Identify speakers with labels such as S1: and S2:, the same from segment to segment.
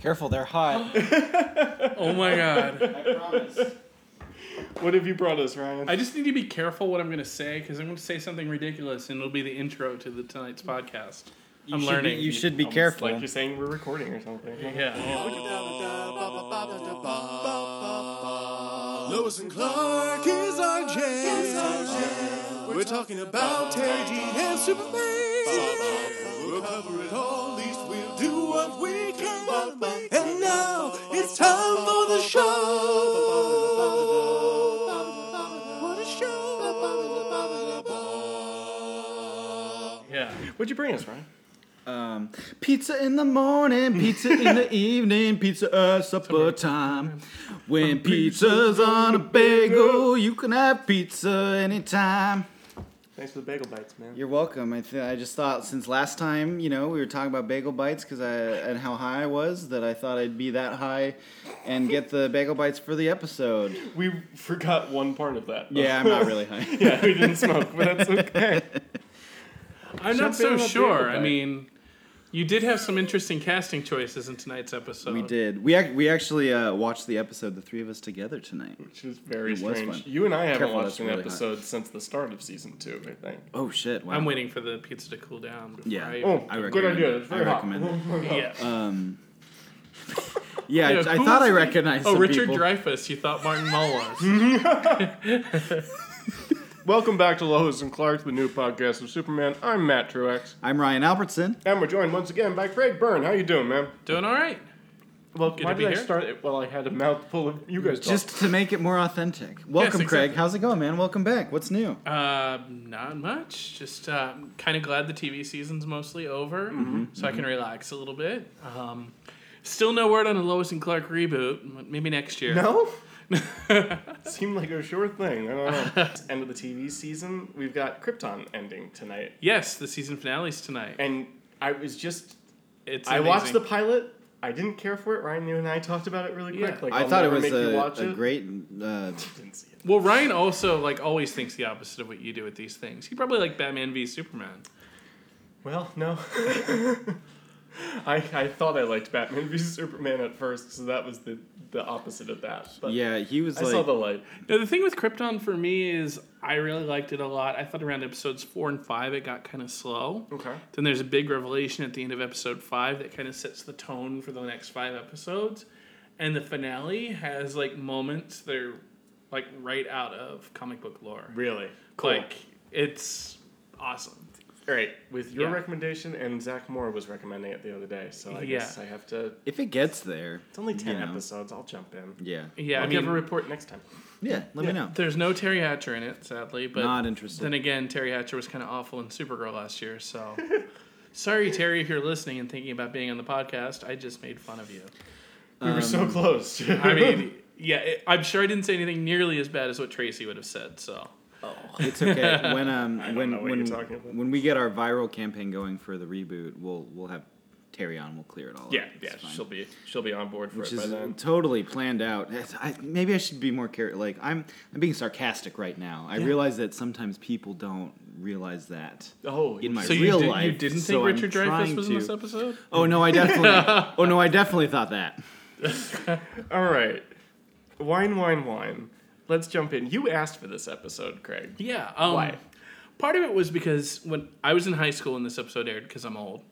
S1: Careful, they're hot.
S2: Oh my god.
S1: I promise.
S3: What have you brought us, Ryan?
S2: I just need to be careful what I'm going to say because I'm going to say something ridiculous and it'll be the intro to the tonight's podcast.
S1: You
S2: I'm
S1: should
S2: learning.
S1: Be, you should be
S3: Almost
S1: careful.
S3: Like you're saying we're recording or something.
S2: Yeah.
S4: Lois and Clark is our jam. We're talking about Terry Dean and Superman. We'll cover it all, at least we'll do what we can. And now it's time for the show. What a show!
S2: Yeah.
S3: What'd you bring us, Ryan?
S1: Um, pizza in the morning, pizza in the evening, pizza at supper time. When pizza's on a bagel, you can have pizza anytime.
S3: Thanks for the bagel bites, man.
S1: You're welcome. I, th- I just thought since last time, you know, we were talking about bagel bites because I and how high I was that I thought I'd be that high and get the bagel bites for the episode.
S3: we forgot one part of that.
S1: Yeah, I'm not really high.
S3: yeah, we didn't smoke, but that's okay.
S2: I'm not
S3: Should be
S2: so
S3: able to
S2: sure.
S3: deal with
S2: I
S3: that.
S2: mean, you did have some interesting casting choices in tonight's episode.
S1: We did. We ac- we actually uh, watched the episode, the three of us together tonight.
S3: Which is very
S1: It was
S3: strange.
S1: fun.
S3: You and I haven't
S1: Careful,
S3: watched
S1: that's
S3: an
S1: really hot.
S3: episode since the start of season two, I think.
S1: Oh shit! Wow.
S2: I'm waiting for the pizza to cool down. Before
S1: Yeah.
S2: I,
S3: Oh,
S1: I
S3: good
S1: recommend
S3: idea.
S1: it.
S3: It's very
S1: I
S3: hot.
S1: recommend it.
S2: yeah.
S1: Um, yeah,
S2: Yeah,
S1: I, I
S2: who
S1: thought I
S2: was the-
S1: recognized.
S2: Oh,
S1: some
S2: Richard
S1: people.
S2: Dreyfuss. You thought Martin Mull was.
S3: Welcome back to Lois and Clark, the new podcast of Superman. I'm Matt Truex,
S1: I'm Ryan Albertson.
S3: and we're joined once again by Craig Byrne. How you doing, man?
S2: Doing all right.
S3: Well,
S2: Good
S3: why
S2: to be
S3: did I
S2: here.
S3: start it while I had a mouthful of you guys?
S1: Just to make it more authentic. Welcome, Craig.
S2: exactly.
S1: How's it going, man? Welcome back. What's new?
S2: Uh, not much. Just uh, kind of glad the TV season's mostly over,
S3: Mm-hmm.
S2: so I can relax a little bit. Um, still no word on a Lois and Clark reboot. but Maybe next year.
S3: talk. no. Seemed like a sure thing. I don't know. End of the TV season. We've got Krypton ending tonight,
S2: Yes, the season finale's tonight.
S3: and I was just
S2: It's.
S3: I watched the
S2: amazing.
S3: pilot. I didn't care for it. Ryan, you and I talked about it really quick.
S2: Yeah.
S3: Like,
S1: I
S3: I'll
S1: thought it
S3: never
S1: was
S3: make you watch
S1: a, a
S3: it.
S1: great. Uh,
S3: Didn't see it.
S2: Well, Ryan also like always thinks the opposite of what you do with these things. He probably like Batman v Superman.
S3: Well, no. I, I thought I liked Batman v Superman at first, so that was the, the opposite of that. But
S1: yeah, he was
S3: I
S1: like.
S3: saw the light.
S2: Now, the thing with Krypton for me is I really liked it a lot. I thought around episodes four and five it got kind of slow.
S3: Okay.
S2: Then there's a big revelation at the end of episode five that kind of sets the tone for the next five episodes. And the finale has like moments that are like right out of comic book lore.
S3: Really?
S2: Like it's awesome.
S3: All right, with your
S2: Yeah.
S3: recommendation, and Zach Moore was recommending it the other day, so I
S2: Yeah.
S3: guess I have to.
S1: if it gets there,
S3: It's only 10
S1: you know,
S3: episodes. I'll jump in.
S1: Yeah,
S2: Yeah,
S3: I'll
S2: I mean,
S3: give a report next time.
S1: yeah. Let me
S3: Yeah.
S1: know.
S2: there's no Terry Hatcher in it, sadly. But
S1: Not interested.
S2: Then again, Terry Hatcher was kind of awful in Supergirl last year, so. Sorry, Terry, if you're listening and thinking about being on the podcast. I just made fun of you.
S3: We were so close.
S2: Um, I mean, yeah, it, I'm sure I didn't say anything nearly as bad as what Tracy would have said. So
S1: It's okay. When um when
S3: know what
S1: when
S3: you're talking about.
S1: when we get our viral campaign going for the reboot, we'll we'll have Terry on. We'll clear it all.
S3: yeah,
S1: up. It's
S3: yeah,
S1: fine.
S3: she'll be she'll be on board for
S1: which
S3: it by
S1: is
S3: then.
S1: totally planned out. It's- I, maybe I should be more careful. Like I'm, I'm being sarcastic right now. I realize that sometimes people don't realize that.
S3: Oh,
S1: In my
S2: So you,
S1: real
S2: did,
S1: life,
S2: you didn't
S1: so I'm
S2: think Richard Dreyfuss
S1: trying
S2: was
S1: to,
S2: in this episode?
S1: Oh no, I definitely. oh no, I definitely thought that.
S3: All right. Wine, wine, wine. Let's jump in. You asked for this episode, Craig.
S2: Yeah. Um,
S3: Why?
S2: Part of it was because when I was in high school when this episode aired, because I'm old,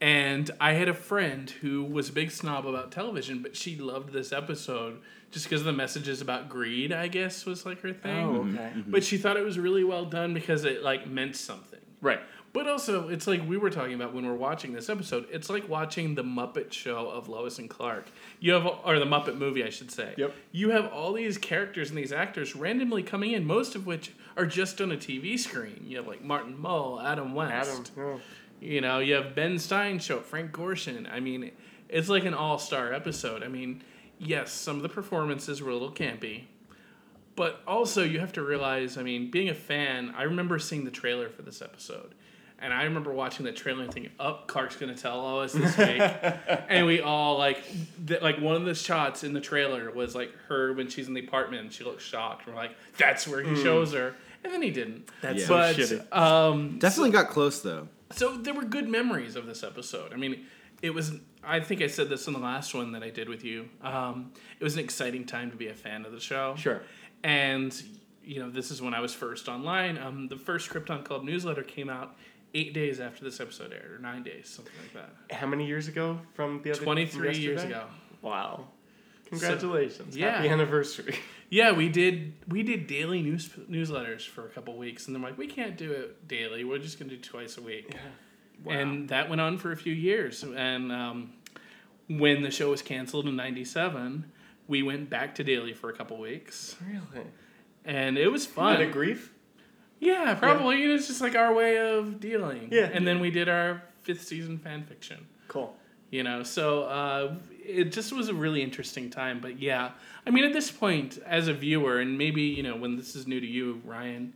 S2: and I had a friend who was a big snob about television, but she loved this episode just because the messages about greed, I guess, was like her thing.
S1: Oh,
S3: Mm-hmm.
S2: But she thought it was really well done because it like meant something.
S3: Right.
S2: But also, it's like we were talking about when we're watching this episode. It's like watching the Muppet Show of Lois and Clark. You have, or the Muppet movie, I should say.
S3: Yep.
S2: You have all these characters and these actors randomly coming in, most of which are just on a TV screen. You have like Martin Mull, Adam West.
S3: Adam. No.
S2: You know, you have Ben Stein show, up, Frank Gorshin. I mean, it's like an all star episode. I mean, yes, some of the performances were a little campy, but also you have to realize, I mean, being a fan, I remember seeing the trailer for this episode. And I remember watching the trailer and thinking, "Up, oh, Clark's gonna tell Lois this week." and we all like, th- like one of the shots in the trailer was like her when she's in the apartment. and She looks shocked. We're like, "That's where he shows her," and then he didn't.
S3: That's
S1: Yeah.
S2: but
S3: so shitty.
S2: um,
S1: Definitely got close though.
S2: so there were good memories of this episode. I mean, it was. I think I said this in the last one that I did with you. Um, it was an exciting time to be a fan of the show.
S3: Sure.
S2: And you know, this is when I was first online. Um, the first Krypton Club newsletter came out eight days after this episode aired, or nine days, something like that.
S3: How many years ago from the other?
S2: Twenty three
S3: from
S2: years
S3: yesterday?
S2: ago.
S3: Wow. Congratulations.
S2: yeah.
S3: Happy anniversary.
S2: Yeah, we did. We did daily news newsletters for a couple weeks, and they're like, we can't do it daily. We're just gonna do twice a week. And that went on for a few years. And um, when the show was canceled in '97, we went back to daily for a couple weeks,
S3: Really?
S2: and it was
S3: Out
S2: fun.
S3: of grief?
S2: yeah, probably. It was just like our way of dealing.
S3: Yeah.
S2: And then we did our fifth season fan fiction
S3: Cool.
S2: you know so uh, it just was a really interesting time but yeah i mean at this point as a viewer and maybe you know when this is new to you ryan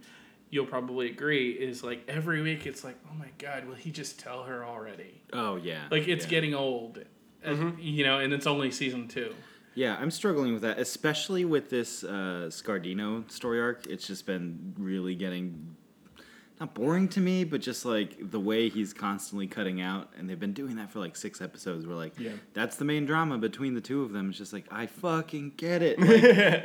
S2: you'll probably agree is like every week it's like oh my god will he just tell her already
S1: Oh yeah.
S2: like it's
S1: yeah. Mm-hmm.
S2: getting old and, you know and it's only season two
S1: Yeah, I'm struggling with that, especially with this uh, Scardino story arc. It's just been really getting not boring to me, but just like the way he's constantly cutting out, and they've been doing that for like six episodes. We're like,
S3: Yeah.
S1: that's the main drama between the two of them. It's just like I fucking get it.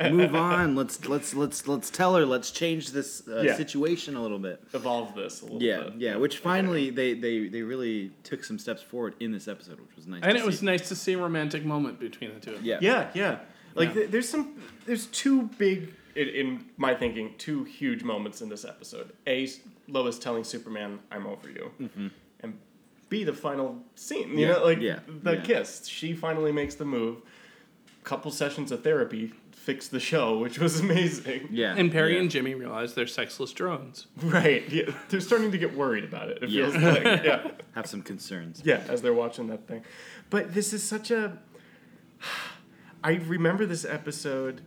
S1: Like, move on. Let's let's let's let's tell her. Let's change this uh,
S3: Yeah.
S1: situation a little bit.
S3: Evolve this a little
S1: Yeah,
S2: Uh,
S3: bit.
S1: yeah. Which finally they they they really took some steps forward in this episode, which was nice.
S2: and
S1: to
S2: it was
S1: see.
S2: nice to see a romantic moment between the two of them
S1: Yeah.
S3: Yeah, yeah. Like
S2: Yeah.
S3: th- there's some there's two big in, in my thinking two huge moments in this episode. A Lois telling Superman, "I'm over you," and B the final scene. You
S1: Yeah,
S3: know, like
S1: yeah,
S3: the
S1: yeah.
S3: kiss. She finally makes the move. Couple sessions of therapy fixed the show, which was amazing.
S1: Yeah.
S2: and perry
S1: yeah.
S2: and jimmy realize they're sexless drones
S3: Right. Yeah. They're starting to get worried about it. It
S1: Yeah.
S3: feels like. Yeah.
S1: have some concerns.
S3: Yeah, as they're watching that thing. But this is such a. I remember this episode,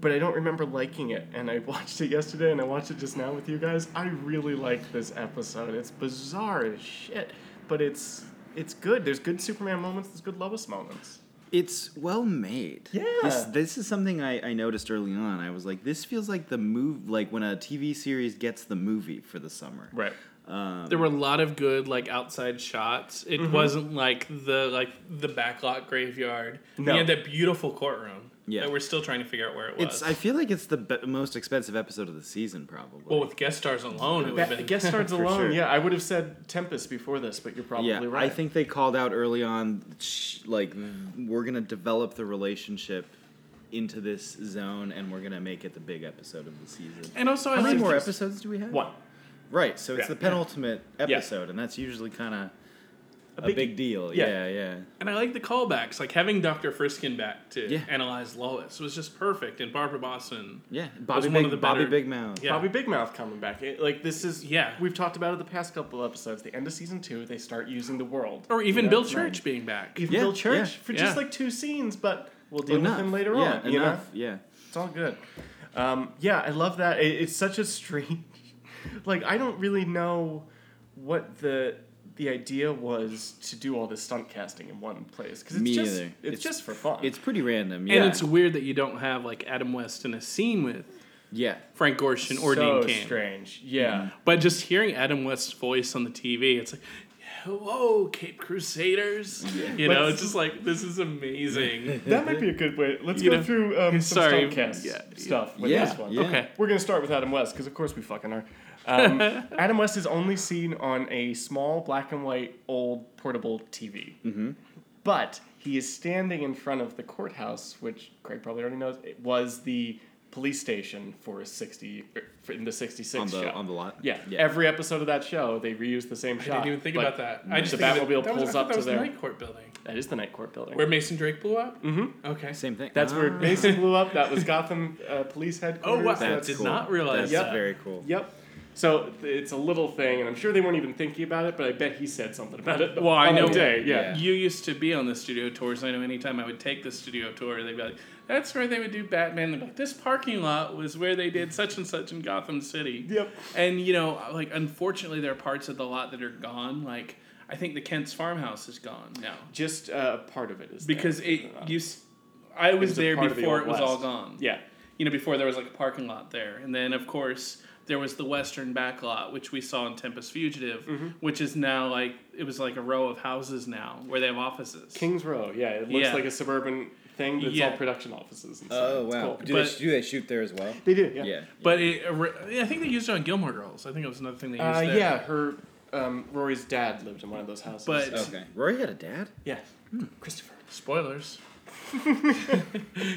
S3: but I don't remember liking it. And I watched it yesterday and I watched it just now with you guys. I really liked this episode. It's bizarre as shit, but it's it's good. There's good Superman moments, there's good Lois moments.
S1: It's well made.
S3: Yeah.
S1: This, this is something I, I noticed early on. I was like, this feels like the move, like when a TV series gets the movie for the summer.
S3: Right.
S2: there were a lot of good like outside shots. It wasn't like the like the backlot graveyard.
S3: No.
S2: We had that beautiful courtroom
S1: Yeah.
S2: that we're still trying to figure out where it was.
S1: It's. I feel like it's the be- most expensive episode of the season, probably.
S3: Oh,
S2: well, with guest stars alone, it would have
S3: That,
S2: been
S3: guest stars
S1: For
S3: alone,
S1: sure.
S3: yeah. I would have said Tempest before this, but you're probably
S1: yeah,
S3: right.
S1: I think they called out early on, "Shh, like we're gonna develop the relationship into this zone, and we're gonna make it the big episode of the season.
S2: And also, I
S1: How many
S2: like
S1: more
S2: more
S1: episodes do we have?
S3: one.
S1: Right, so it's
S3: Yeah.
S1: the penultimate
S3: Yeah.
S1: episode, and that's usually kind of a,
S3: big-
S1: big, deal.
S3: yeah.
S1: yeah. yeah.
S2: and I like the callbacks, like having Doctor Friskin back to
S1: Yeah.
S2: analyze Lois was just perfect, and Barbara Boston.
S1: Yeah, Bobby
S2: one
S1: Big,
S2: of the
S1: Bobby
S2: better-
S1: Big Mouth.
S2: Yeah.
S3: Bobby Big Mouth coming back. It- like this is
S2: Yeah.
S3: We've talked about it the past couple episodes. The end of season two, they start using the world.
S2: Or even
S3: Yeah,
S2: Bill
S3: right.
S2: Church being back.
S3: Even
S1: Yeah,
S3: Bill Church
S1: yeah.
S3: for just
S2: Yeah.
S3: like two scenes, but we'll deal with him later
S1: yeah,
S3: on. You know,
S1: Enough. Yeah.
S3: it's all good. Um, yeah, I love that. It, it's such a strange. Like I don't really know what the the idea was to do all this stunt casting in one place because it's
S1: Me
S3: just
S1: either.
S3: It's,
S1: It's-
S3: just for fun.
S1: It's pretty random. Yeah.
S2: And it's weird that you don't have like Adam West in a scene with
S1: yeah.
S2: Frank Gorshin or
S3: so
S2: Dean Cain.
S3: strange. Yeah.
S1: Mm-hmm.
S2: But just hearing Adam West's voice on the TV, it's like, hello, Cape Crusaders. You know,
S3: But-
S2: it's just like, this is amazing.
S3: That might be a good way. Let's
S2: You
S3: go
S2: know,
S3: through um, some
S2: sorry,
S3: stuntcast
S2: yeah,
S3: stuff with
S1: Yeah,
S3: this one.
S1: yeah.
S2: Okay.
S3: We're gonna start with Adam West because of course we fucking are. Um, Adam West is only seen on a small black and white old portable TV,
S1: Mm-hmm.
S3: but he is standing in front of the courthouse, which Craig probably already knows it was the police station for sixty er, for, in the sixty six
S1: On the
S3: show.
S1: on the lot.
S3: yeah,
S1: Yeah.
S3: every episode of that show they reuse the same
S2: I
S3: shot.
S2: didn't even think
S3: but
S2: about that. I just
S3: the
S2: think that-
S3: Batmobile
S2: that was- I
S3: pulls
S2: thought
S3: up
S2: that
S3: to
S2: was
S3: there.
S2: The night court building
S3: That is the night court building.
S2: where Mason Drake blew up. Mm-hmm. Okay.
S1: Same thing.
S3: That's where
S1: Ah,
S3: Mason blew up. That was Gotham uh, police headquarters.
S2: Oh, wow.
S1: That's
S2: did
S1: cool.
S2: not realize
S1: That's
S2: that.
S1: very cool.
S3: Yep. So th- it's a little thing, and I'm sure they weren't even thinking about it, but I bet he said something about it.
S2: Well, I
S3: on
S2: know.
S3: The day, yeah.
S2: You used to be on the studio tours. I know anytime I would take the studio tour, they'd be like, that's where they would do Batman. They'd be like, this parking lot was where they did such and such in Gotham City.
S3: Yep.
S2: And, you know, like, unfortunately, there are parts of the lot that are gone. Like, I think the Kent's farmhouse is gone now.
S3: Just uh, part of it is
S2: Because
S3: there.
S2: it,
S3: Uh,
S2: you, s- I was,
S3: was a
S2: there
S3: part of the
S2: before
S3: Old
S2: it was all
S3: West.
S2: gone.
S3: yeah.
S2: You know, before there was like a parking lot there. And then, of course, there was the Western Backlot, which we saw in Tempest Fugitive,
S3: Mm-hmm.
S2: which is now like it was like a row of houses now where they have offices.
S3: Kings Row. Yeah, it looks
S2: Yeah.
S3: like a suburban thing that's
S2: Yeah.
S3: all production offices. And stuff.
S5: Oh
S3: It's
S5: wow!
S3: cool.
S5: Do,
S2: But-
S5: they, do they shoot there as well?
S3: They do. Yeah.
S5: Yeah.
S2: But it, I think they used it on Gilmore Girls. I think it was another thing they used
S3: Uh,
S2: there.
S3: yeah, her um, Rory's dad lived in one of those houses. Oh.
S2: But-
S5: Okay. Rory had a dad.
S3: yeah, Christopher.
S2: Spoilers.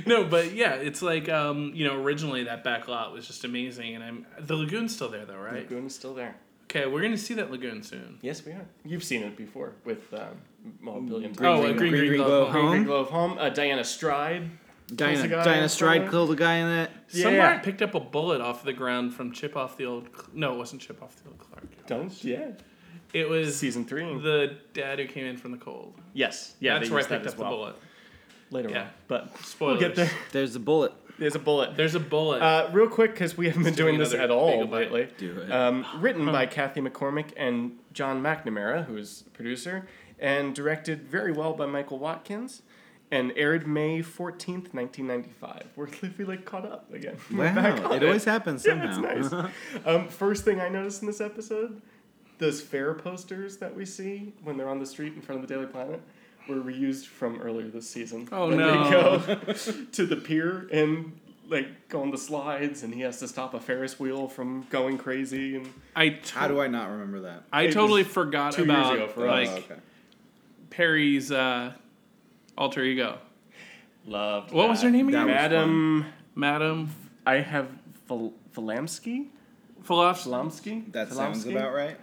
S2: no, but yeah, it's like um, you know, originally that back lot was just amazing, and I'm the lagoon's still there though, right?
S3: Lagoon is still there.
S2: Okay, we're gonna see that lagoon soon.
S3: Yes, we are. You've seen it before with um, well, a billion
S2: oh,
S3: times.
S2: a
S5: Green,
S2: green, green,
S5: green
S2: glove
S5: glove
S2: home.
S3: Green,
S1: home.
S3: Green Glove Home. Uh, Diana Stride. Kills
S1: Diana,
S3: the guy
S1: Diana
S3: in
S1: Stride
S3: front.
S1: killed a guy in that.
S2: Somewhere
S3: Yeah.
S2: I picked up a bullet off the ground from Chip off the old. Cl- No, it wasn't Chip off the old Clark.
S3: Don't yeah.
S2: It was
S3: Season three.
S2: the dad who came in from the cold.
S3: yes. Yeah.
S2: that's
S3: they
S2: where I
S3: used that
S2: picked
S3: as
S2: up
S3: well
S2: the bullet.
S3: later
S2: Yeah.
S3: on. But
S2: Spoilers.
S3: We'll get there.
S1: There's a bullet.
S3: There's a bullet.
S2: There's a bullet.
S3: Uh, real quick, because we haven't been
S2: doing
S3: doing this
S2: another
S3: at all
S2: Beagle Bite.
S3: lately.
S1: Do it.
S3: Um, written by Kathy McCormick and John McNamara, who is producer, and directed very well by Michael Watkins, and aired May 14th, 1995. We're I feel like caught up again. We're back
S1: Wow,
S3: on
S1: it always happens
S3: Yeah, it's
S1: somehow.
S3: nice. um, first thing I noticed in this episode, those fair posters that we see when they're on the street in front of the Daily Planet were reused from earlier this season.
S2: Oh,
S3: when
S2: no.
S3: They go to the pier and like go on the slides, and he has to stop a Ferris wheel from going crazy. And
S2: I
S5: How do I not remember that?
S2: I
S3: It was
S2: totally forgot
S3: two years
S2: about
S3: ago for
S2: like
S5: oh, okay.
S2: Perry's uh, alter ego,
S3: loved.
S2: What was her name again?
S1: That was
S3: Madam.
S2: Madam
S3: I have Vol- Volamsky.
S2: Falafel.
S3: Volamsky.
S5: That sounds
S3: Volamsky?
S5: about right.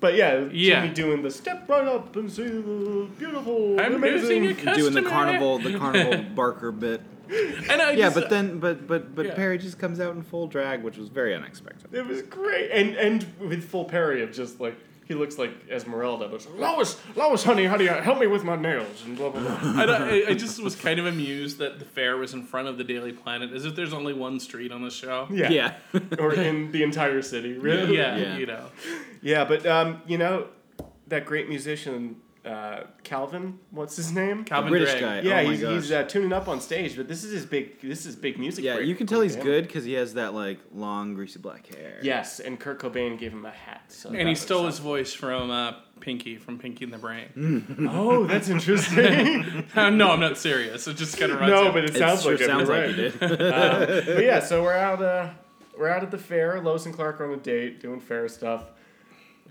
S3: But yeah,
S2: Yeah.
S3: Jimmy doing the step right up and see the beautiful.
S2: I'm
S3: amazing.
S2: losing a customer.
S1: Doing the carnival, the carnival Barker bit.
S2: And I
S1: Yeah,
S2: just-
S1: but then, but but but
S2: Yeah.
S1: Perry just comes out in full drag, which was very unexpected.
S3: It was great, and and with full parry of just like he looks like Esmeralda, but Lois, Lois, honey, honey, help me with my nails and blah blah blah.
S2: I, don't- I- I just was kind of amused that the fair was in front of the Daily Planet, as if there's only one street on the show.
S3: Yeah,
S1: Yeah.
S3: or in the entire city,
S2: Yeah,
S3: really.
S1: Yeah.
S2: you know.
S3: yeah, but um, you know, that great musician uh, Calvin, what's his name?
S2: Calvin
S1: British
S2: Drake.
S1: guy.
S3: Yeah,
S1: oh my
S3: he's,
S1: gosh.
S3: he's uh, tuning up on stage, but this is his big, this is big music.
S1: yeah,
S3: break
S1: you can
S3: for
S1: tell he's
S3: him.
S1: good because he has that like long, greasy black hair.
S3: Yes, and Kurt Cobain gave him a hat. So
S2: And he stole his voice from uh, Pinky, from Pinky and the Brain.
S3: Oh, that's interesting.
S2: no, I'm not serious. It just kind of runs.
S3: no,
S2: out.
S3: but it
S1: It
S3: sounds
S1: sure
S3: like it.
S1: sounds
S3: you're
S1: like
S3: right.
S1: he did.
S3: Um, but yeah, so we're out. Uh, we're out at the fair. Lois and Clark are on a date, doing fair stuff.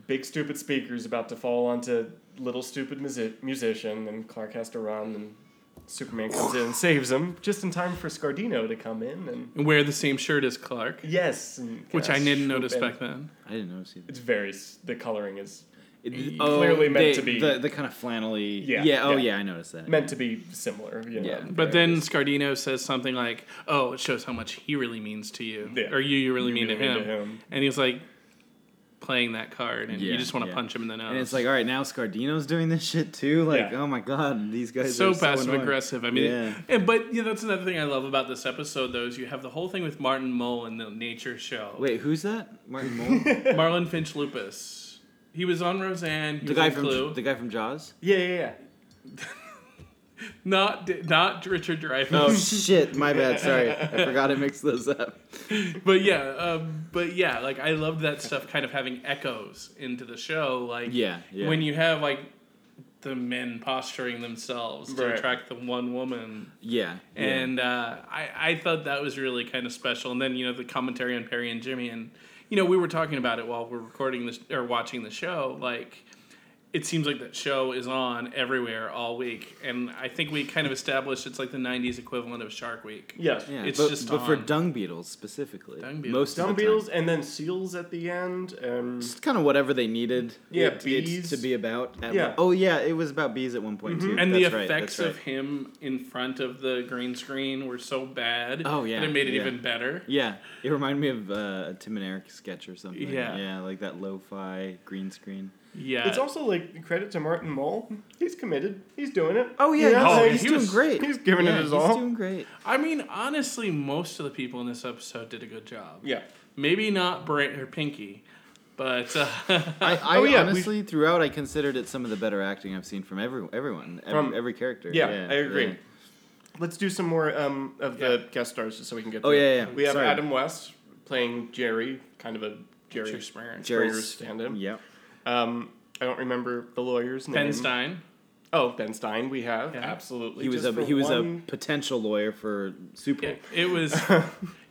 S3: Big stupid speaker's about to fall onto little stupid music- musician, and Clark has to run, and Superman comes in and saves him just in time for Scardino to come in, and
S2: And wear the same shirt as Clark,
S3: yes, and
S2: which I
S3: kinda
S2: didn't
S3: swoop
S2: notice
S3: in.
S2: back then.
S1: I didn't notice either.
S3: It's very. s- The coloring is
S1: It- oh,
S3: clearly meant
S1: they-
S3: to be-
S1: the, the kind of flannelly.
S3: Yeah,
S1: Yeah. Oh
S3: yeah.
S1: yeah, I noticed that.
S3: meant to be similar. You know?
S1: Yeah.
S2: But then Scardino says something like, "Oh, it shows how much he really means to you,
S3: Yeah.
S2: or you, you really mean
S3: really
S2: to him."
S3: mean to him.
S2: And he's like playing that card, and you
S1: Yeah,
S2: just want to
S1: yeah.
S2: punch him in the nose.
S1: And it's like, all right, now Scardino's doing this shit too. Like,
S3: Yeah.
S1: oh my god, these guys
S2: so
S1: are so
S2: passive
S1: annoying.
S2: aggressive. I mean,
S1: Yeah.
S2: and, but you know, that's another thing I love about this episode, though, is you have the whole thing with Martin Mull and the nature show.
S1: Wait, who's that? Martin Mull,
S2: Marlon Finch Lupus. He was on Roseanne. He
S1: the
S2: was
S1: guy
S2: on
S1: from
S2: Clue.
S1: the guy from Jaws.
S3: Yeah, yeah, yeah.
S2: not not Richard Dreyfuss.
S1: Oh shit, my bad. Sorry, I forgot to mix those up.
S2: but yeah, um, but yeah, like I loved that stuff kind of having echoes into the show. Like
S1: Yeah, yeah.
S2: when you have like the men posturing themselves to
S3: Right.
S2: attract the one woman,
S1: Yeah, yeah.
S2: and uh, I I thought that was really kind of special. And then you know the commentary on Perry and Jimmy, and you know we were talking about it while we're recording this or watching the show, like. It seems like that show is on everywhere all week, and I think we kind of established it's like the '90s equivalent of Shark Week.
S3: Yes.
S1: Yeah,
S2: It's
S1: but,
S2: just
S1: but for
S2: on.
S1: dung beetles specifically.
S2: Dung beetles.
S1: Most
S3: Dumb
S1: of the
S3: beetles
S1: time.
S3: and then seals at the end. Um,
S1: Just kind of whatever they needed.
S3: Yeah,
S1: it, it
S3: bees.
S1: to be about. at
S3: Yeah. Mm-hmm.
S1: one- oh yeah, it was about bees at one point too.
S2: And
S1: That's
S2: the
S1: right, that's
S2: effects of
S1: right.
S2: him in front of the green screen were so bad.
S1: Oh, yeah,
S2: that it made it
S1: yeah.
S2: even better.
S1: Yeah, it reminded me of uh, a Tim and Eric sketch or something.
S2: Yeah.
S1: yeah, like that lo-fi green screen.
S2: Yeah,
S3: It's also like credit to Martin Mull. He's committed. He's doing it.
S1: Oh yeah,
S3: You know,
S1: he's-
S2: Oh,
S1: he's,
S2: he
S1: doing
S2: was-
S1: great.
S3: he's giving it
S1: Yeah,
S3: his
S1: he's
S3: all.
S1: doing great.
S2: I mean, honestly, most of the people in this episode did a good job.
S3: Yeah.
S2: maybe not Brent or Pinky, but uh,
S1: I, I
S3: Oh, yeah, we-
S1: honestly, throughout, I considered it some of the better acting I've seen from every, everyone, every,
S3: From-
S1: every character.
S3: Yeah, I agree.
S1: yeah.
S3: Let's do some more um, of the guest stars just so we can get.
S1: Oh,
S3: through
S1: yeah,
S3: it.
S1: yeah,
S3: We have
S1: sorry.
S3: Adam West playing Jerry, kind of a Jerry
S2: Jerry Springer.
S3: Springer stand-in.
S1: Yep.
S3: Um, I don't remember the lawyer's name.
S2: Ben Stein.
S3: Oh, Ben Stein. We have
S2: Yeah.
S3: absolutely.
S1: He was a
S3: Just for
S1: he was
S3: one-
S1: a potential lawyer for Super
S2: Yeah,
S1: Bowl.
S2: it was.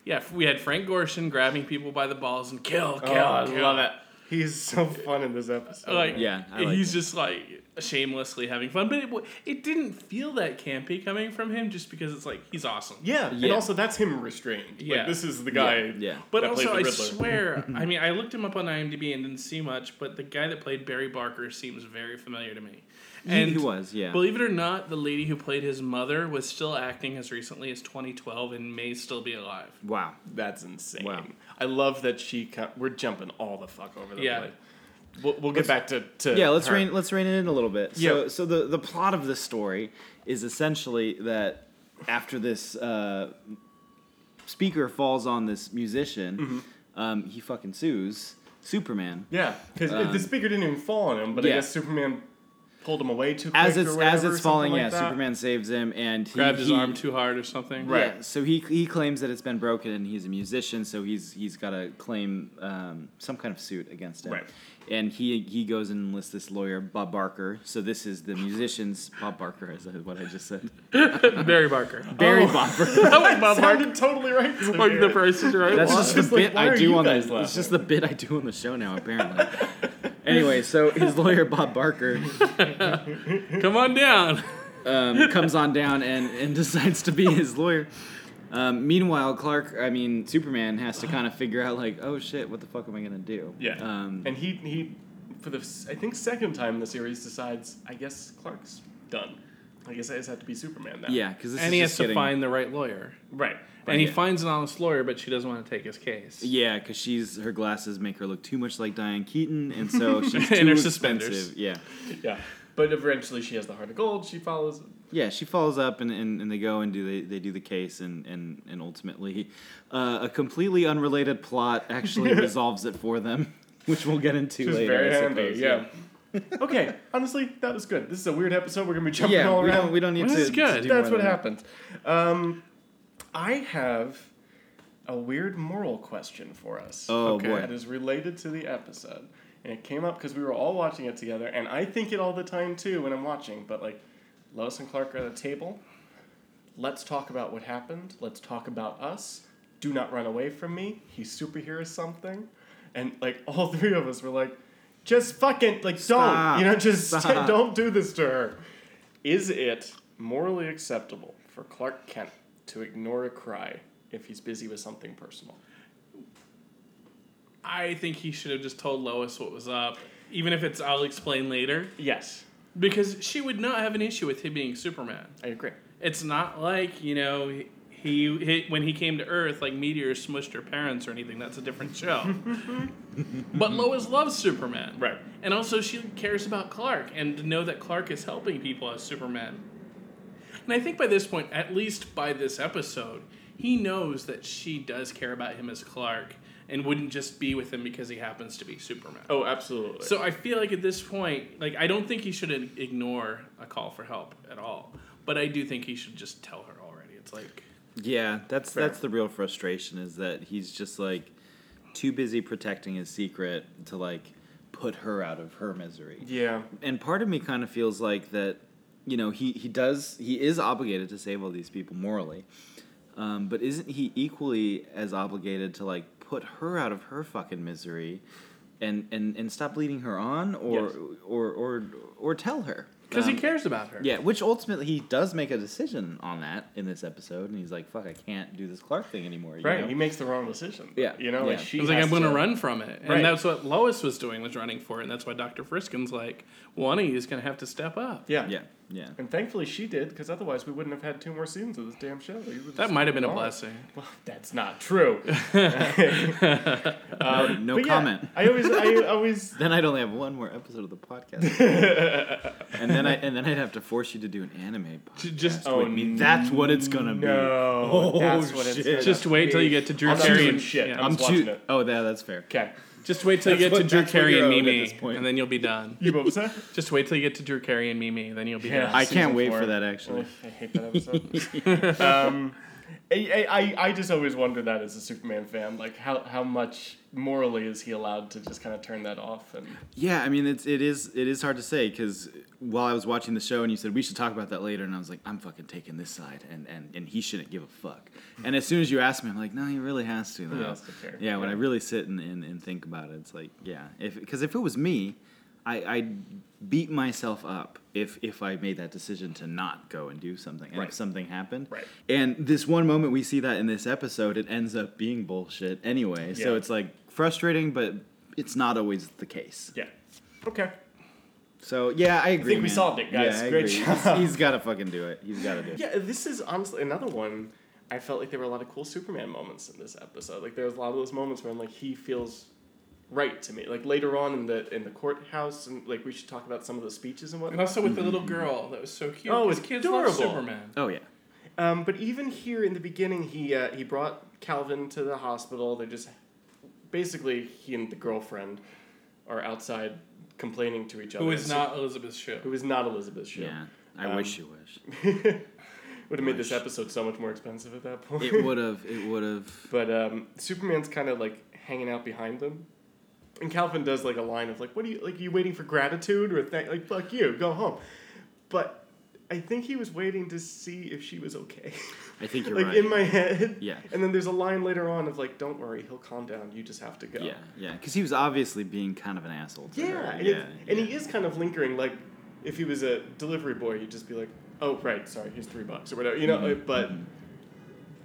S2: yeah, we had Frank Gorshin grabbing people by the balls and kill, kill,
S3: Oh, I
S2: kill.
S3: love it. He's so fun in this episode.
S2: Like,
S1: Yeah, I like
S2: he's
S1: it.
S2: just like shamelessly having fun, but it, w- it didn't feel that campy coming from him, just because it's like he's awesome.
S3: yeah, and
S1: Yeah.
S3: also that's him restrained.
S2: Yeah.
S3: like, this is the guy.
S1: yeah.
S2: But
S3: that plays
S2: also,
S3: the
S2: I
S3: Riddler.
S2: swear, I mean, I looked him up on IMDb and didn't see much, but the guy that played Barry Barker seems very familiar to me. And
S1: he was, yeah.
S2: Believe it or not, the lady who played his mother was still acting as recently as 2012 and may still be alive.
S1: Wow.
S3: That's insane.
S1: Wow.
S3: I love that she. Co- we're jumping all the fuck over the
S2: Yeah.
S3: place. We'll, we'll get back to, to
S1: Yeah, let's
S3: her.
S1: rein let's rein it in a little bit. So
S3: Yeah.
S1: so the the plot of this story is essentially that after this uh, speaker falls on this musician, um, he fucking sues Superman.
S3: Yeah, because the speaker didn't even fall on him, but I
S1: Um, yeah.
S3: guess Superman pulled him away too quick
S1: As it's
S3: or whatever,
S1: as
S3: or
S1: it's
S3: something
S1: falling,
S3: like
S1: yeah,
S3: that.
S1: Superman saves him and he
S2: Grabbed his
S1: he-
S2: arm too hard or something.
S3: Right.
S1: Yeah, so he he claims that it's been broken, and he's a musician, so he's he's got to claim um, some kind of suit against him.
S3: Right.
S1: And he he goes and enlists this lawyer Bob Barker. So this is the musician's Bob Barker, is what I just said.
S2: Barry Barker.
S1: Barry Barker.
S2: Oh, wait, Bob Barker.
S3: Sounded totally right. to me.
S2: Like the person, right?
S1: That's
S3: Well,
S1: just
S3: I
S1: the
S3: was like,
S1: bit
S3: why are
S1: I do
S3: you
S1: on the.
S3: guys
S1: It's
S3: laughing?
S1: just the bit I do on the show now, apparently. anyway, so his lawyer Bob Barker
S2: Come on down.
S1: um, comes on down and, and decides to be his lawyer. Um, meanwhile, Clark, I mean Superman, has to kind of figure out like, oh shit, what the fuck am I gonna do?
S3: Yeah.
S1: Um,
S3: and he he for the s- I think second time in the series decides I guess Clark's done. I guess I just have to be Superman now.
S1: yeah, because this
S2: And
S1: is
S2: he
S1: just
S2: has to
S1: getting-
S2: find the right lawyer.
S3: Right.
S2: And he
S1: yeah.
S2: finds an honest lawyer, but she doesn't want to take his case.
S1: Yeah, because she's her glasses make her look too much like Diane Keaton, and so she's too
S2: And her suspenders.
S1: expensive. Yeah,
S3: Yeah. But eventually she has the heart of gold. She follows.
S1: yeah. She follows up, and, and, and they go and do they, they do the case, and and and ultimately, uh, a completely unrelated plot actually resolves it for them, which we'll get into
S3: She's
S1: later.
S3: very
S1: I
S3: handy.
S1: suppose,
S3: Yeah. okay. Honestly, that was good. This is a weird episode. We're gonna be jumping
S1: Yeah,
S3: all
S1: we
S3: around.
S1: don't we don't need to.
S2: Well, that's
S1: to
S2: good.
S1: do
S3: That's
S1: more
S3: what
S1: than that.
S3: happens. Um, I have a weird moral question for us.
S1: Oh, Okay. boy.
S3: That is related to the episode. And it came up because we were all watching it together, and I think it all the time too when I'm watching. But like, Lois and Clark are at a table. Let's talk about what happened. Let's talk about us. Do not run away from me. He superheroes something, and like all three of us were like, just fucking like
S1: Stop.
S3: don't you know just
S1: Stop.
S3: don't do this to her. Is it morally acceptable for Clark Kent to ignore a cry if he's busy with something personal?
S2: I think he should have just told Lois what was up, even if it's I'll explain later,
S3: Yes,
S2: because she would not have an issue with him being Superman.
S3: I agree.
S2: It's not like you know he, he when he came to Earth like meteors smushed her parents or anything. That's a different show. but Lois loves Superman,
S3: Right.
S2: And also she cares about Clark, and to know that Clark is helping people as Superman. And I think by this point, at least by this episode, he knows that she does care about him as Clark and wouldn't just be with him because he happens to be Superman.
S3: Oh, absolutely.
S2: So I feel like at this point, like I don't think he should ig- ignore a call for help at all. But I do think he should just tell her already. It's like
S1: Yeah, that's
S3: Fair.
S1: that's the real frustration is that he's just like too busy protecting his secret to like put her out of her misery.
S3: yeah,
S1: And part of me kind of feels like that, you know, he he does he is obligated to save all these people morally, um, but isn't he equally as obligated to like put her out of her fucking misery, and and and stop leading her on or
S3: Yes.
S1: or, or or tell her
S2: because
S1: Um,
S2: he cares about her.
S1: yeah, which ultimately he does make a decision on that in this episode, and he's like, "Fuck, I can't do this Clark thing anymore." you
S3: right.
S1: know?
S3: He makes the wrong decision.
S1: Yeah,
S3: you know, like
S1: yeah.
S3: she.
S2: He's like,
S3: has
S2: I'm going to
S3: to-
S2: run from it, and
S3: Right.
S2: that's what Lois was doing was running for it, and that's why Doctor Friskin's like, one of you is going to have to step up.
S3: Yeah,
S1: Yeah, yeah.
S3: And thankfully she did, because otherwise we wouldn't have had two more seasons of this damn show. We would've
S2: That
S3: just
S2: might have been a
S3: gone.
S2: blessing.
S3: Well, that's not true. Um,
S1: No
S3: but yeah,
S1: comment.
S3: I always, I always
S1: Then I'd only have one more episode of the podcast, and then I and then I'd have to force you to do an anime
S2: J-
S1: podcast
S2: Just
S3: Oh,
S1: with me. That's what it's gonna be.
S3: No,
S1: Oh,
S3: that's what
S1: shit.
S3: it's gonna
S2: Just wait till you
S3: be.
S2: get to Drew
S3: I'm not
S2: Carey
S3: doing
S2: and-
S3: shit.
S2: yeah.
S3: I'm,
S1: I'm
S3: just watching
S1: too.
S3: it.
S1: Oh, yeah, that's fair.
S3: Okay.
S2: just wait till you
S1: That's
S2: get to
S1: what-
S2: Drew
S1: that's what
S2: Carey
S1: you're
S2: and
S1: owed at
S2: Mimi,
S1: this point.
S2: and then you'll be done.
S3: You what was that?
S2: Just wait till you get to Drew Carey and Mimi, and then you'll be
S3: Yeah.
S2: done.
S1: I can't
S3: Season
S1: wait
S3: four.
S1: for that actually.
S3: I hate that episode. um, I, I, I just always wonder that as a Superman fan, like how, how much morally is he allowed to just kind of turn that off? And
S1: Yeah, I mean it's it is it is hard to say because while I was watching the show and you said we should talk about that later and I was like I'm fucking taking this side and and, and he shouldn't give a fuck and as soon as you asked me I'm like no he really has to though
S3: has to care.
S1: yeah when I
S3: Yeah.
S1: really sit and, and, and think about it it's like yeah if because if it was me I I'd beat myself up if if I made that decision to not go and do something and
S3: Right.
S1: if something happened
S3: Right.
S1: and this one moment we see that in this episode it ends up being bullshit anyway so
S3: Yeah.
S1: it's like frustrating but it's not always the case.
S3: yeah, okay.
S1: So yeah, I agree.
S3: think we
S1: man.
S3: solved it, guys.
S1: Yeah, I
S3: Great
S1: agree.
S3: job.
S1: He's- he's got to fucking do it. He's got to do it.
S3: Yeah, this is honestly another one. I felt like there were a lot of cool Superman moments in this episode. Like there was a lot of those moments where I'm like, he feels right to me. Like later on in the in the courthouse, and like we should talk about some of the speeches and
S2: And
S3: whatnot.
S2: also with the little girl that was so cute.
S3: Oh,
S2: 'cause
S3: it's
S2: kids love
S3: adorable.
S2: Superman.
S1: Oh yeah.
S3: Um, but even here in the beginning, he uh, he brought Calvin to the hospital. They just basically he and the girlfriend are outside complaining to each other.
S2: Who is not Elizabeth Shue.
S3: Who is not Elizabeth Shue?
S1: Yeah. I wish you wish.
S3: Would have made this episode so much more expensive at that point.
S1: It would have. It would have.
S3: But um, Superman's kind of like hanging out behind them. And Calvin does like a line of like, "What are you like? you waiting for gratitude or thank like fuck you, go home." But I think he was waiting to see if she was okay.
S1: I think you're
S3: like
S1: right.
S3: in my head.
S1: Yeah.
S3: And then there's a line later on of like, "Don't worry, he'll calm down. You just have to go."
S1: yeah, yeah. Because he was obviously being kind of an asshole. To
S3: Yeah.
S1: her.
S3: And, it- and he is kind of lingering. Like, if he was a delivery boy, you'd just be like, "Oh right, sorry, here's three bucks or whatever," you know. like, But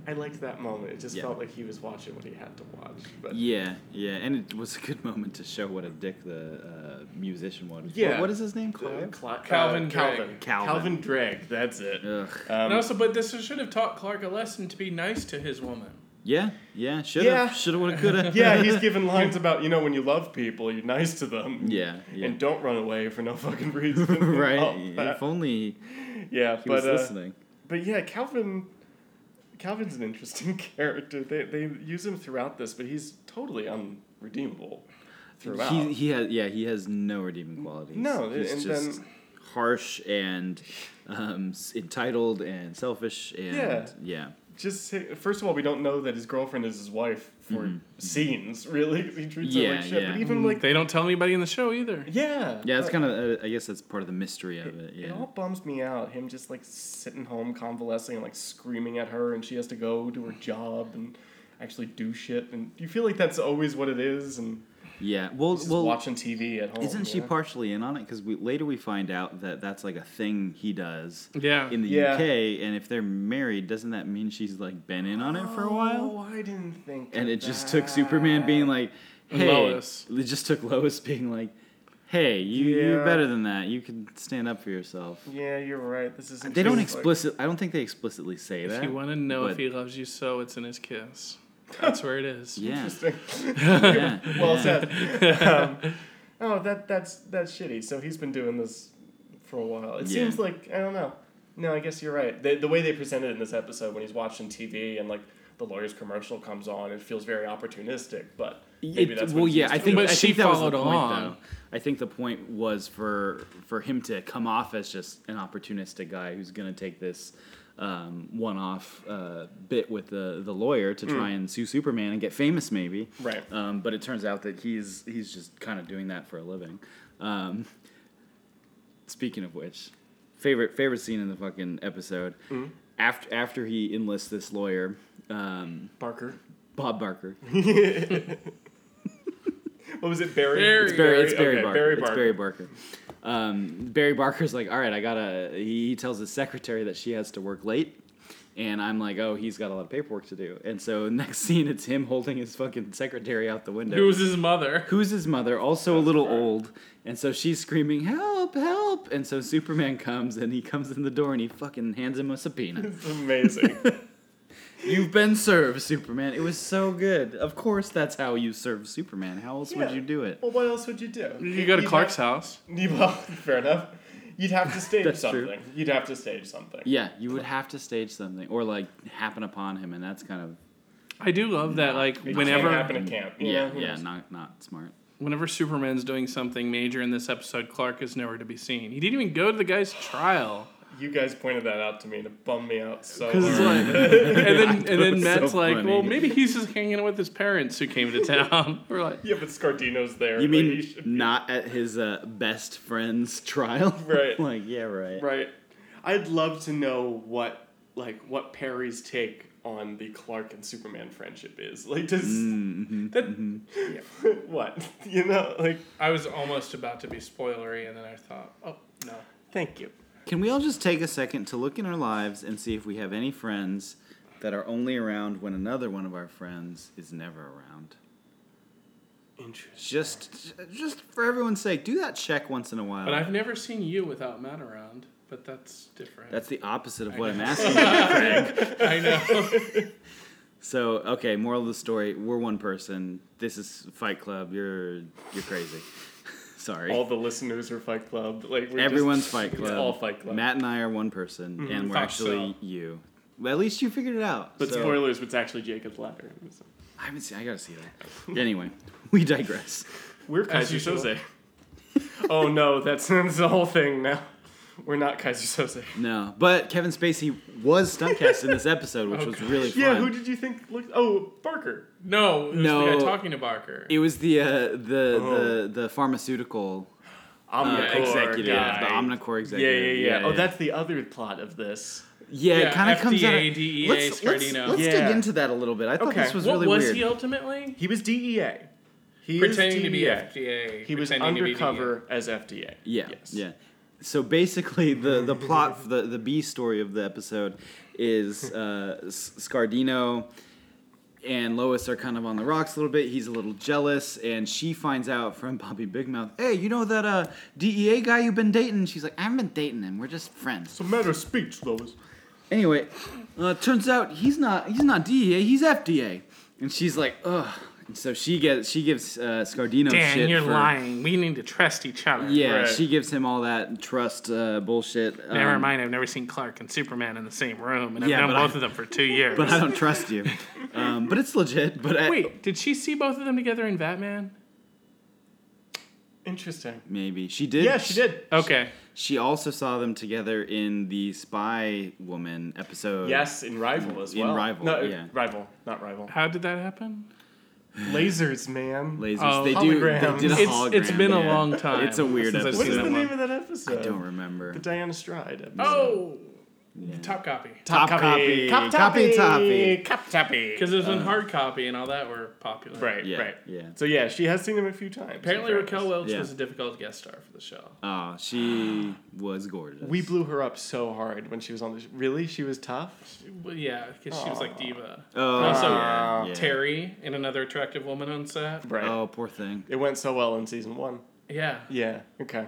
S3: I liked that moment. It just
S1: Mm-hmm. Yeah.
S3: felt like he was watching what he had to watch. But
S1: Yeah, yeah, and it was a good moment to show what a dick the uh, musician was.
S3: Yeah.
S1: What- what is his name?
S3: Cla-
S1: Clive.
S3: Cla-
S2: Calvin
S3: uh,
S2: Drake.
S3: Calvin.
S1: Calvin.
S3: Calvin Drake. That's it.
S1: Ugh.
S3: Um,
S2: and also, but this should have taught Clark a lesson to be nice to his woman.
S1: Yeah, yeah. Should have.
S3: Yeah.
S1: Should have. Would have. Could have.
S3: yeah, he's given lines about you know when you love people, you're nice to them.
S1: Yeah, yeah.
S3: And don't run away for no fucking reason.
S1: right.
S3: Oh, that-
S1: if only
S3: yeah,
S1: he
S3: but
S1: was
S3: uh,
S1: listening.
S3: but yeah, Calvin. Calvin's an interesting character. They they use him throughout this, but he's totally unredeemable throughout.
S1: He, he has yeah he has no redeeming qualities.
S3: No,
S1: he's
S3: and
S1: just
S3: then-
S1: harsh and um, s- entitled and selfish and yeah.
S3: Yeah. Just say, first of all, we don't know that his girlfriend is his wife for scenes. Really, he treats her
S1: Mm-hmm. Yeah,
S3: like shit.
S1: yeah.
S3: But even like
S2: They don't tell anybody in the show either.
S3: yeah,
S1: Yeah, it's
S3: like-
S1: kind of uh, I guess that's part of the mystery of it.
S3: It
S1: Yeah,
S3: all bums me out. Him just like sitting home convalescing and like screaming at her, and she has to go do her job and actually do shit. And you feel like that's always what it is, and
S1: yeah. Well,
S3: just
S1: well,
S3: watching TV at home.
S1: isn't she
S3: you know?
S1: partially in on it? Because we later we find out that that's like a thing he does
S2: Yeah.
S1: in the
S3: Yeah.
S1: UK, and if they're married, doesn't that mean she's like been in on it for a while?
S3: Oh, I didn't think.
S1: and
S3: of
S1: it just took
S3: that.
S1: Superman being like,
S2: And
S1: "Hey,"
S2: Lois.
S1: it just took Lois being like, "Hey, you, you're
S3: Yeah.
S1: better than that. You can stand up for yourself."
S3: Yeah, you're right. This is.
S1: They don't
S3: interesting.
S1: explicit. I don't think they explicitly say that.
S2: If you want to know if
S1: but-
S2: he loves you so, it's in his kiss. That's where it is.
S1: Yeah.
S3: Interesting.
S1: yeah,
S3: well
S1: yeah.
S3: said. Um, oh, that that's that's shitty. So he's been doing this for a while. It
S1: Yeah.
S3: seems like I don't know. No, I guess you're right. The, the way they presented it in this episode, when he's watching TV and like the lawyer's commercial comes on, it feels very opportunistic. But maybe
S1: It-
S3: that's
S1: well,
S3: what he's
S1: yeah. I
S3: doing.
S1: think
S2: But
S1: I
S2: she
S1: think that was the
S2: followed
S1: point,
S2: along.
S1: though. I think the point was for for him to come off as just an opportunistic guy who's going to take this um, one-off uh, bit with the the lawyer to try
S3: Mm.
S1: and sue Superman and get famous, maybe.
S3: Right.
S1: Um, but it turns out that he's he's just kind of doing that for a living. Um, speaking of which, favorite favorite scene in the fucking episode. After after he enlists this lawyer, um,
S3: Barker.
S1: Bob Barker.
S3: What was it, Barry?
S2: Barry.
S1: It's Barry. It's Barry
S3: okay,
S1: Barker.
S3: Barry
S1: It's Barry Barker. Um, Barry Barker's like, all right, I gotta. He, he tells his secretary that she has to work late, and I'm like, oh, he's got a lot of paperwork to do. And so next scene, it's him holding his fucking secretary out the window.
S2: Who was his mother?
S1: Who's his mother? Also a little old, and so she's screaming, "Help! Help!" And so Superman comes, and he comes in the door, and he fucking hands him a subpoena.
S3: It's amazing.
S1: You've been served, Superman. It was so good. Of course, that's how you serve Superman. How else would
S3: Yeah.
S1: you do it?
S3: well, what else would you do?
S2: You go to
S3: You'd
S2: Clark's
S3: have-
S2: house.
S3: Well, fair enough. You'd have to stage
S1: That's true.
S3: something. You'd have to stage something.
S1: Yeah, you would have to stage something or like happen upon him, and that's kind of
S2: I do love that. Like
S3: It
S2: whenever
S3: can't happen at camp. you
S1: yeah,
S3: know, who
S1: yeah,
S3: knows?
S1: not not smart.
S2: whenever Superman's doing something major in this episode, Clark is nowhere to be seen. He didn't even go to the guy's trial.
S3: you guys pointed that out to me to bum me out so hard.
S2: Because it's like, and then and then
S1: was
S2: Matt's
S1: so
S2: like,
S1: funny.
S2: well, maybe he's just hanging out with his parents who came to town. We're like,
S3: yeah, but Scardino's there.
S1: You
S3: like,
S1: mean
S3: he should-
S1: not at his uh, best friend's trial?
S3: Right.
S1: like, yeah, right.
S3: right? I'd love to know what like what Perry's take on the Clark and Superman friendship is. Like, does
S1: Mm-hmm,
S3: that
S1: Mm.
S3: what you know? Like,
S2: I was almost about to be spoilery, and then I thought, oh no.
S3: thank you.
S1: Can we all just take a second to look in our lives and see if we have any friends that are only around when another one of our friends is never around?
S3: Interesting.
S1: Just, just for everyone's sake, do that check once in a while.
S2: But I've never seen you without Matt around. But that's different.
S1: That's the opposite of what I'm asking, you, Frank.
S2: I know.
S1: So, okay, moral of the story: we're one person. This is Fight Club. You're, you're crazy. Sorry.
S3: All the listeners are Fight Club. Like we're
S1: Everyone's
S3: just,
S1: Fight Club.
S3: It's all Fight Club. Mm-hmm.
S1: Matt and I are one person, and we're
S2: Thought
S1: actually you. Well, at least you figured it out.
S3: but
S1: so-
S3: spoilers, it's actually Jacob's ladder.
S1: I haven't seen. I gotta see that. Anyway, we digress.
S3: We're Kaiser
S2: usual.
S3: Soze. oh no, that's, that's the whole thing now. We're not Kaiser Soze.
S1: No, but Kevin Spacey was stuntcast in this episode, which
S2: Oh,
S1: was
S2: gosh.
S1: really fun.
S3: Yeah, who did you think looked? Oh, Barker.
S2: No, it was
S1: No.
S2: the guy talking to Barker.
S1: it was the uh, the
S3: Oh.
S1: the the pharmaceutical uh,
S3: Omnicorp
S1: executive,
S3: guy.
S1: the Omnicore
S3: Yeah,
S1: executive.
S3: yeah, yeah, Oh, that's the other plot of this.
S1: yeah.
S2: Yeah,
S1: it kind of comes out.
S2: FDA, DEA,
S1: let's let's,
S2: Scardino.
S1: let's
S3: E Yeah.
S1: dig into that a little bit. I thought
S3: Okay.
S1: this was
S2: what
S1: really
S2: was
S1: weird.
S2: he ultimately?
S3: He was DEA. He is
S2: Pretending to be
S3: DEA.
S2: FDA.
S3: He was
S2: pretending to be DEA.
S3: undercover as FDA.
S1: Yeah.
S3: Yes.
S1: Yeah. So basically, the the plot, the the B story of the episode is uh, S- Scardino and Lois are kind of on the rocks a little bit. He's a little jealous, and she finds out from Bobby Bigmouth, "Hey, you know that uh, DEA guy you've been dating?" She's like, "I haven't been dating him. We're just friends."
S3: It's a matter of speech, Lois.
S1: Anyway, uh, turns out he's not he's not DEA. He's FDA, and she's like, "Ugh." And so she gets she gives uh, Scardino
S2: Dan,
S1: shit
S2: you're
S1: for-
S2: lying. We need to trust each other.
S1: Yeah,
S3: Right.
S1: she gives him all that trust uh, bullshit.
S2: Never
S1: um,
S2: mind. I've never seen Clark and Superman in the same room, and
S1: Yeah,
S2: I've known
S1: but I-
S2: both of them for two years.
S1: but I don't trust you. Um, but it's legit. But I,
S2: Wait, did she see both of them together in Batman?
S3: Interesting.
S1: maybe she did.
S3: Yeah, she did.
S2: Okay.
S1: She also saw them together in the Spy Woman episode.
S3: Yes, in Rival as
S1: In
S3: well.
S1: Rival,
S3: No,
S1: yeah.
S3: Rival, not Rival.
S2: How did that happen?
S3: Lasers, man.
S1: lasers.
S2: Oh,
S1: they do.
S3: holograms.
S1: They did a
S2: It's- it's
S1: hologram,
S2: been a
S1: yeah.
S2: long time
S1: It's a weird
S2: since I've
S1: episode.
S3: what is
S2: seen
S3: the
S2: that one.
S3: name of that episode?
S1: I don't remember.
S3: The Diana Stride episode.
S2: Oh, top copy.
S1: Top copy. Cop copy. Toppy.
S3: Cop toppy.
S2: Because it was when hard copy and all that were popular.
S3: Right,
S1: Yeah,
S3: right.
S1: yeah.
S3: So yeah, she has seen him a few times.
S2: Apparently,
S3: in fairness.
S2: Raquel Welch
S1: Yeah.
S2: was a difficult guest star for the show.
S1: Oh, she was gorgeous.
S3: We blew her up so hard when she was on the. Really, she was tough.
S2: Well, yeah, because she was like diva.
S1: Oh,
S2: And also,
S1: yeah, yeah.
S2: Terry and another attractive woman on set.
S3: Right.
S1: Oh, poor thing.
S3: It went so well in season one.
S2: Yeah.
S3: Yeah. Okay.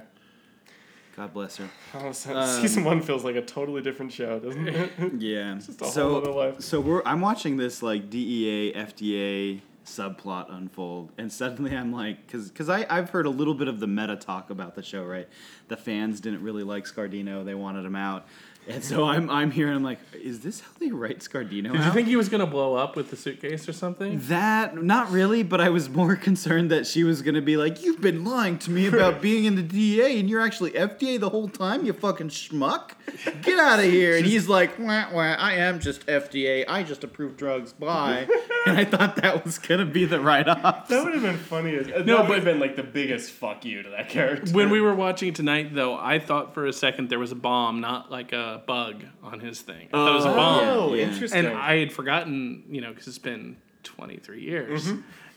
S1: God bless her.
S3: All of a sudden,
S1: Um,
S3: season one feels like a totally different show, doesn't it?
S1: Yeah.
S3: a whole
S1: so,
S3: other life.
S1: so we're I'm watching this like E DEA FDA subplot unfold, and suddenly I'm like, because because I I've heard a little bit of the meta talk about the show, right? The fans didn't really like Scardino; they wanted him out, and so I'm I'm here and I'm like, is this how they write Scardino
S2: Did you
S1: out?
S2: think he was gonna blow up with the suitcase or something?
S1: that not really, but I was more concerned that she was gonna be like, "You've been lying to me about being in the DEA, and you're actually FDA the whole time, you fucking schmuck! Get out of here!" and he's like, wah, wah, "I am just FDA. I just approve drugs. Bye." and I thought that was gonna be the write-off.
S3: That would have been funny. As, no,
S2: No,
S3: that would have been like the biggest fuck you to that character.
S2: When we were watching tonight, though, I thought for a second there was a bomb, not like a bug on his thing. I thought it was a bomb.
S3: oh,
S1: Yeah.
S3: interesting.
S2: And I had forgotten, you know, because it's been 23 years.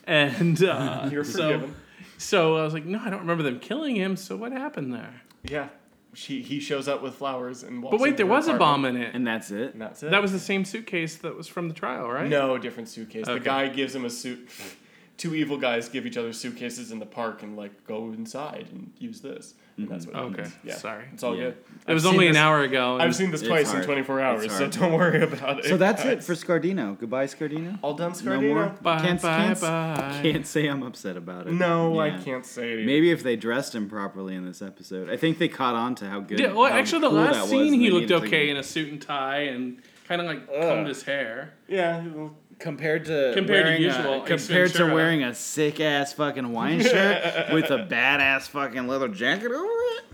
S2: And uh,
S3: Mm-hmm. You're
S2: so,
S3: forgiven.
S2: so I was like, no, I don't remember them killing him. So what happened there?
S3: yeah, she he shows up with flowers and. Walks
S2: But wait,
S3: into
S2: there
S3: her
S2: was a
S3: apartment.
S2: bomb in it.
S1: And that's it.
S3: And that's it.
S2: That was the same suitcase that was from the trial, right?
S3: no different suitcase. The
S2: Okay.
S3: guy gives him a suit. Two evil guys give each other suitcases in the park and like go inside and use this. And that's what.
S2: Okay.
S3: happens. Yeah.
S2: Sorry.
S3: It's all
S1: Mm-hmm. Yeah.
S3: good.
S2: It was
S3: I've seen
S2: only an
S3: this-
S2: hour ago. and-
S3: I've seen this
S1: It's
S3: twice in
S1: hard.
S3: 24
S1: It's
S3: hours, so
S1: hard.
S3: don't worry about it.
S1: So that's it for Scardino. Goodbye, Scardino.
S3: All done, Scardino.
S1: No more.
S2: Bye,
S1: can't,
S2: bye,
S1: can't,
S2: bye.
S1: can't say I'm upset about it.
S3: No, I
S1: Yeah.
S3: can't say it.
S1: Maybe if they dressed him properly in this episode, I think they caught on to how good.
S2: Yeah, well,
S1: how
S2: actually, the
S1: cool that
S2: last
S1: was,
S2: scene
S1: and
S2: he
S1: they
S2: looked
S1: needed to-
S2: okay in a suit and tie and kind of like combed his hair.
S3: Yeah.
S1: compared to
S2: Compared to
S1: wearing
S2: usual
S1: a,
S2: Ace
S1: compared to
S2: Ventura.
S1: wearing a sick ass fucking Hawaiian shirt with a badass fucking leather jacket over it.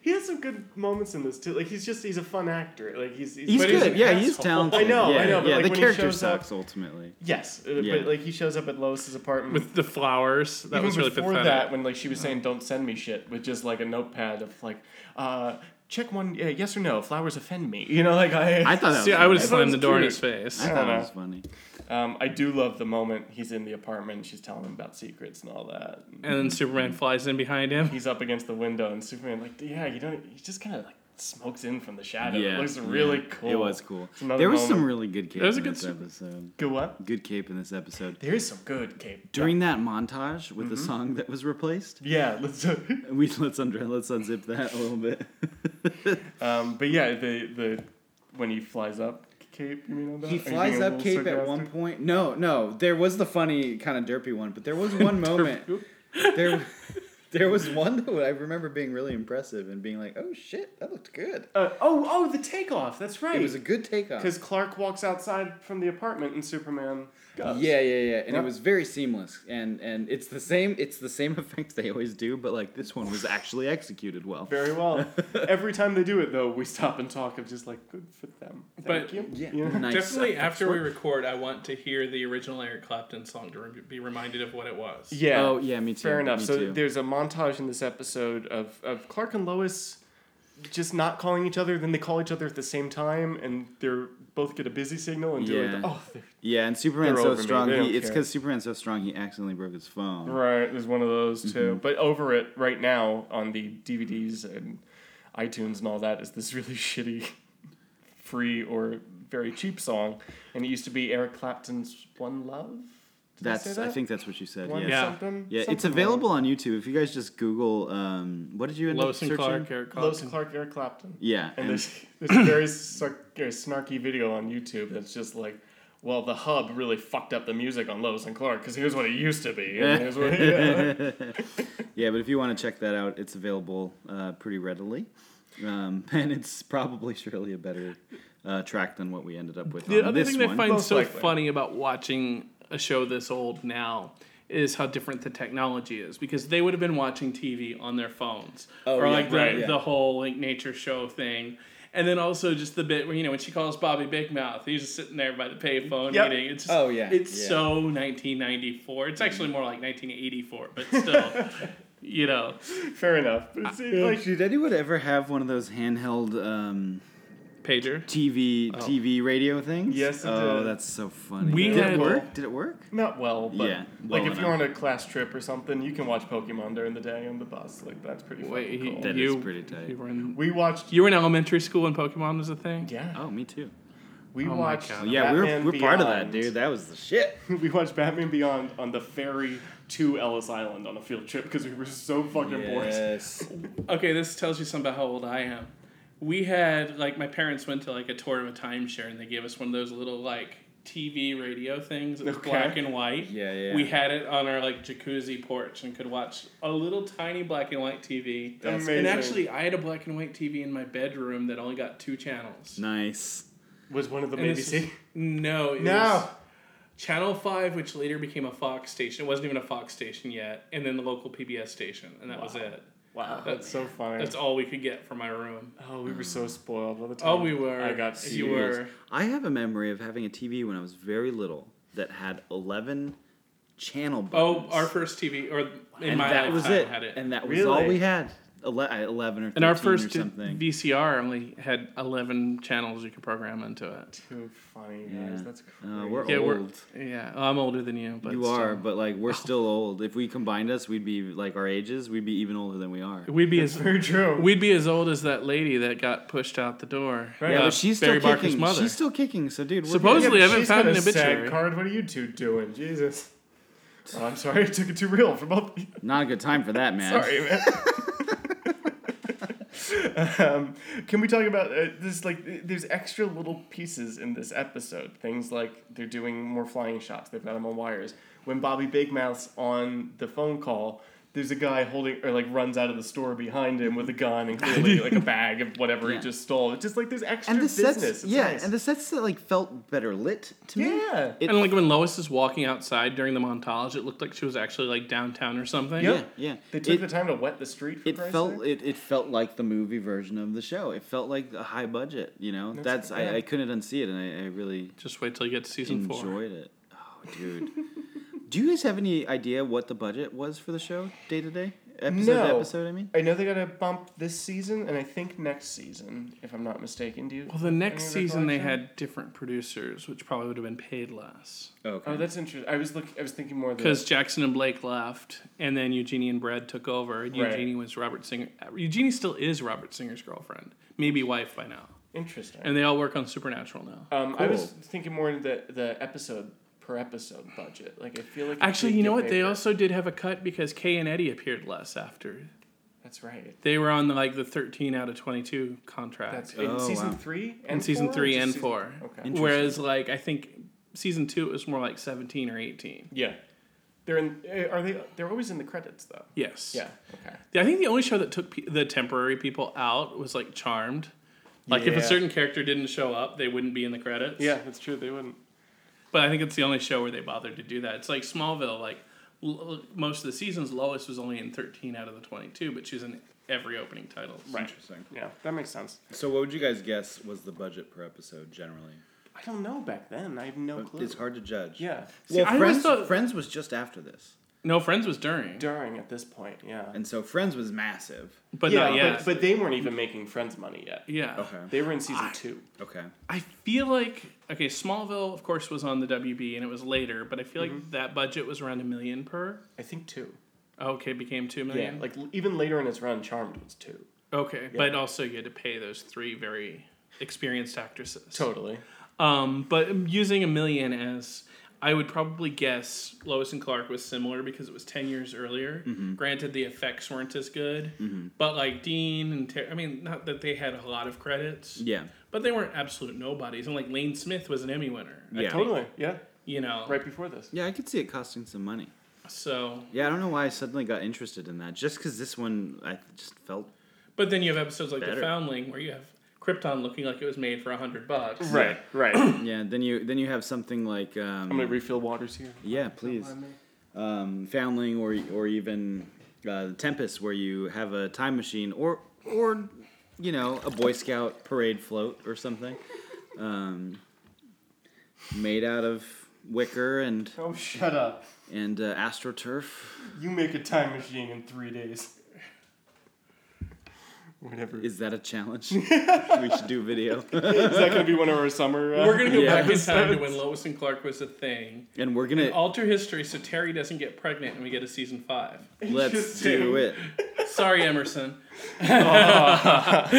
S3: He has some good moments in this too. Like he's just he's a fun actor. Like he's he's,
S1: He's
S3: but
S1: good.
S3: an
S1: yeah, he's
S2: asshole.
S1: talented.
S3: I know,
S1: Yeah,
S3: I know, but
S1: yeah,
S3: like
S1: the
S3: when he
S1: character
S3: shows up-
S1: sucks ultimately.
S3: Yes, uh,
S1: Yeah.
S3: but like he shows up at Lois's apartment
S2: with the flowers. That
S3: Even
S2: was really
S3: before
S2: pathetic.
S3: that, when like she was saying, "Don't send me shit," with just like a notepad of like, uh, check one, yeah, yes or no. Flowers offend me, you know. Like I,
S1: I thought that
S2: See,
S1: was
S2: I would have
S1: funny.
S2: slammed the door in
S3: cute.
S2: his face.
S1: I thought that was funny.
S3: um, I do love the moment he's in the apartment. She's telling him about secrets and all that.
S2: And then Superman flies in behind him.
S3: He's up against the window, and Superman like, yeah, you don't. He just kind of like smokes in from the shadow.
S1: Yeah,
S3: it looks really
S1: yeah.
S3: cool.
S1: It was cool.
S3: It's another
S1: There was some
S3: moment.
S1: really good cape
S2: was a
S1: in
S2: good
S1: this
S2: super-
S1: episode.
S3: good what?
S1: Good cape in this episode.
S3: There is some good cape
S1: During that montage with the
S2: Mm-hmm.
S1: song that was replaced,
S3: Yeah, let's.
S1: we let's under let's unzip that a little bit.
S3: um, but yeah, the the when he flies up cape, you mean on that?
S1: He
S3: Are you
S1: flies
S3: being a
S1: up
S3: little
S1: Cape at one
S3: sarcastic?
S1: point. No, no, there was the funny kind of derpy one, but there was one moment. there, there was one that I remember being really impressive and being like, "Oh shit, that looked good."
S3: Uh, oh, oh, the takeoff. That's right.
S1: It was a good takeoff.
S3: Because Clark walks outside from the apartment and Superman goes.
S1: Yeah, yeah, yeah, and
S3: Yeah.
S1: it was very seamless, and and it's the same. It's the same effect they always do, but like this one was actually executed well.
S3: Very well. Every time they do it, though, we stop and talk of just like, good for them. Thank
S2: But-
S3: you.
S1: Yeah,
S3: You know?
S1: nice.
S2: Definitely after we record, I want to hear the original Eric Clapton song to re- be reminded of what it was.
S3: Yeah.
S1: Oh yeah, me too.
S3: Fair enough.
S1: me
S3: So
S1: too.
S3: there's a montage in this episode of, of Clark and Lois just not calling each other. Then they call each other at the same time, and they're both get a busy signal and do
S1: Yeah.
S3: like, oh, they're-
S1: yeah, and Superman's
S3: they're
S1: so
S3: over me.
S1: strong.
S3: They don't
S1: He, it's
S3: care.
S1: because Superman's so strong. He accidentally broke his phone.
S3: right. There's one of those
S1: Mm-hmm.
S3: too. But over it right now on the DVDs and iTunes and all that is this really shitty, free or very cheap song, and it used to be Eric Clapton's "One Love." Did I say
S1: That's. I
S3: that?
S1: think that's what you said.
S3: One
S1: yeah.
S2: Yeah.
S3: something.
S1: Yeah, it's
S3: something
S1: available on YouTube. If you guys just Google, um, what did you end
S2: Lois
S1: up
S2: and
S1: searching?
S2: Clark, Eric
S3: Love. Lois
S2: Clapton.
S3: and Clark, Eric Clapton.
S1: Yeah,
S3: And
S1: and-
S3: there's, there's a very, snark- very snarky video on YouTube that's just like, well, the hub really fucked up the music on Lois and Clark because here's what it used to be. And here's what, yeah.
S1: yeah. But if you want to check that out, it's available uh, pretty readily, um, and it's probably surely a better uh, track than what we ended up with.
S2: The
S1: on
S2: other
S1: this
S2: thing
S1: one.
S2: I find
S3: Most
S2: so
S3: likely.
S2: funny about watching a show this old now is how different the technology is because they would have been watching TV on their phones
S1: Oh,
S2: or
S1: yeah,
S2: like the,
S1: right, yeah.
S2: the whole like nature show thing. And then also just the bit where you know when she calls Bobby Big Mouth, he's just sitting there by the payphone
S3: Yep.
S2: eating. It's just,
S1: Oh, yeah,
S2: it's
S1: yeah.
S2: so 1994. It's actually more like 1984, but still, you know,
S3: Fair enough. But it's, it's like,
S1: Did anyone ever have one of those handheld um,
S2: pager.
S1: TV
S2: Oh.
S1: TV radio things?
S3: Yes, it
S1: oh,
S3: did.
S1: that's so funny.
S2: We
S1: did it
S2: had-
S1: work? Did it work?
S3: not well, but
S1: Yeah, well
S3: like
S1: enough.
S3: if you're on a class trip or something, you can watch Pokemon during the day on the bus. Like, that's pretty
S2: Wait,
S3: fucking cool.
S2: he-
S1: That
S2: you
S1: is pretty tight.
S2: You were, in,
S3: we watched,
S2: you were in elementary school when Pokemon was a thing.
S3: yeah,
S1: Oh, me too.
S3: we
S2: my
S3: watched.
S2: God.
S1: Yeah,
S3: Batman
S1: we were, we're part of that,
S3: Beyond.
S1: dude. That was the shit.
S3: we watched Batman Beyond on the ferry to Ellis Island on a field trip because we were so fucking bored.
S2: Okay, this tells you something about how old I am. We had like my parents went to like a tour of a timeshare and they gave us one of those little like TV radio things that was
S3: Okay.
S2: black and white.
S1: Yeah, yeah.
S2: We had it on our like jacuzzi porch and could watch a little tiny black and white TV.
S3: That's
S2: And
S3: amazing.
S2: actually, I had a black and white TV in my bedroom that only got two channels.
S1: Nice.
S3: Was one of them
S2: And this
S3: ABC?
S2: was- no, it was
S3: No.
S2: Channel Five, which later became a Fox station. It wasn't even a Fox station yet, and then the local PBS station, and that was
S3: Wow.
S2: it.
S3: Wow, that's so funny.
S2: That's all we could get from my room.
S3: oh, we were so spoiled all the time.
S2: Oh, we were.
S3: I got
S2: you
S3: you.
S2: were.
S1: I have a memory of having a TV when I was very little that had 11 channel
S2: Oh,
S1: buttons.
S2: our first TV, or in
S1: and
S2: my
S1: that
S2: lifetime,
S1: was it.
S2: had it.
S1: And that was
S3: Really?
S1: all we had. Ele- I- 11 or 13
S2: And our first
S1: or something.
S2: VCR only had eleven channels you could program into it.
S3: Too funny, guys. That's crazy.
S1: Uh, we're
S2: Yeah,
S1: old.
S2: we're yeah. well, I'm older than you, but
S1: you are,
S2: still.
S1: but like we're still old. If we combined us, we'd be like our ages. We'd be even older than we are.
S2: we'd be as
S3: Very true.
S2: we'd be as old as that lady that got pushed out the door.
S3: Right.
S1: Yeah,
S2: Uh,
S1: but she's still
S2: Barry Barker's
S1: kicking.
S2: mother.
S1: She's still kicking. So, dude, we're
S2: Supposedly-
S1: good.
S2: I haven't
S3: she's
S2: found
S3: got
S2: an
S3: a
S2: obituary.
S3: sad card. What are you two doing? Jesus. Oh, I'm sorry, I took it too real for both. of you.
S1: not a good time for that, man.
S3: Sorry, man. um, can we talk about uh, this? Like, th- there's extra little pieces in this episode. Things like they're doing more flying shots. They've got him on wires. When Bobby Big Mouth's on the phone call, there's a guy holding or like runs out of the store behind him with a gun and clearly like a bag of whatever
S1: Yeah.
S3: he just stole. It's just like there's extra
S1: and the
S3: business.
S1: sets,
S3: It's
S1: yeah,
S3: nice.
S1: and the sets that like felt better lit to me.
S3: yeah.
S1: It-
S2: And like when Lois is walking outside during the montage, it looked like she was actually like downtown or something.
S3: Yep.
S1: yeah, yeah.
S3: They took
S1: It-
S3: the time to wet the street. For
S1: it
S3: Christ's
S1: felt
S3: sake.
S1: it, it felt like the movie version of the show. It felt like a high budget, you know. That's,
S3: That's- yeah.
S1: I, I couldn't unsee it, and I, I really
S2: Just wait till you get to season four.
S1: enjoyed it. Oh, dude. Do you guys have any idea what the budget was for the show day to day episode to
S3: No.
S1: episode? I mean,
S3: I know they got a bump this season, and I think next season, if I'm not mistaken. Do you?
S2: Well, the next
S3: any
S2: season they
S3: recollection?
S2: had different producers, which probably would have been paid less.
S1: okay.
S3: Oh, that's interesting. I was looking. I was thinking more the-
S2: Because Jackson and Blake left, and then Eugenie and Brad took over. And
S3: Right.
S2: Eugenie was Robert Singer. Eugenie still is Robert Singer's girlfriend, maybe wife by now.
S3: interesting.
S2: And they all work on Supernatural now.
S3: Um, I was
S1: Cool.
S3: thinking more of the the episode per episode budget. Like I feel like it
S2: Actually,
S3: did
S2: you know
S3: get
S2: what? They
S3: bigger.
S2: also did have a cut because Kay and Eddie appeared less after.
S3: that's right.
S2: They were on the, like the 13 out of 22 contract.
S3: That's in
S1: Oh,
S3: season
S1: wow.
S3: three and
S2: in season
S3: four, or
S2: three
S3: just
S2: and
S3: season-
S2: four.
S3: Okay.
S1: Interesting.
S2: Whereas, like, I think season two it was more like seventeen or eighteen.
S3: Yeah, they're in. eh, Are they? They're always in the credits though.
S2: Yes.
S3: Yeah. Okay.
S2: I think the only show that took pe- the temporary people out was like Charmed. Like, if a
S3: Yeah.
S2: certain character didn't show up, they wouldn't be in the credits.
S3: Yeah, that's true. They wouldn't.
S2: But I think it's the only show where they bothered to do that. It's like Smallville. Like l- l- most of the seasons, Lois was only in thirteen out of the twenty-two, but she's in every opening title.
S3: Right.
S1: Interesting.
S3: Yeah, that makes sense.
S1: So, what would you guys guess was the budget per episode generally?
S3: I don't know back then. I have no clue.
S1: It's hard to judge.
S3: Yeah.
S1: Well,
S2: I always
S1: Friends,
S2: thought-
S1: Friends was just after this,
S2: No, Friends was during,
S3: During at this point, yeah.
S1: and so Friends was massive.
S2: but
S3: yeah,
S2: not yet.
S3: But, but they weren't even making Friends money yet.
S2: yeah.
S1: Okay.
S3: They were in season two.
S1: Okay.
S2: I feel like okay, Smallville of course was on the WB and it was later, but I feel
S3: Mm-hmm.
S2: like that budget was around a million per.
S3: I think two.
S2: Okay, became two
S3: Oh, Yeah,
S2: million.
S3: like l- even later in its run, Charmed was two.
S2: okay, but also you had to pay those three very experienced actresses.
S3: Totally.
S2: Um, but using a million as I would probably guess Lois and Clark was similar because it was ten years earlier.
S1: Mm-hmm.
S2: Granted, the effects weren't as good, but like Dean and Ter- I mean, not that they had a lot of credits,
S1: Yeah.
S2: but they weren't absolute nobodies. And like Lane Smith was an Emmy winner. I
S1: Yeah.
S2: think,
S3: Totally. Yeah.
S2: You know,
S3: Right before this.
S1: Yeah, I could see it costing some money.
S2: So,
S1: Yeah, I don't know why I suddenly got interested in that. Just because this one, I just felt
S2: but then you have episodes like
S1: Better.
S2: The Foundling where you have Krypton looking like it was made for a hundred bucks.
S3: Right. Right. I'm
S1: yeah. Then you then you have something like um,
S3: gonna refill waters here.
S1: yeah, please, um, Foundling or or even uh, Tempest, where you have a time machine or or you know a Boy Scout parade float or something, um, made out of wicker and
S3: Oh, shut up!
S1: and uh, astroturf.
S3: You make a time machine in three days. Whatever. Is,
S1: Is that a challenge? we should do video.
S3: that gonna be one of our summer? Uh,
S2: We're gonna go
S1: Yeah.
S2: back in time to when Lois and Clark was a thing.
S1: and we're gonna
S2: Alter history so Terry doesn't get pregnant and we get a season five.
S1: let's do it.
S2: Sorry, Emerson.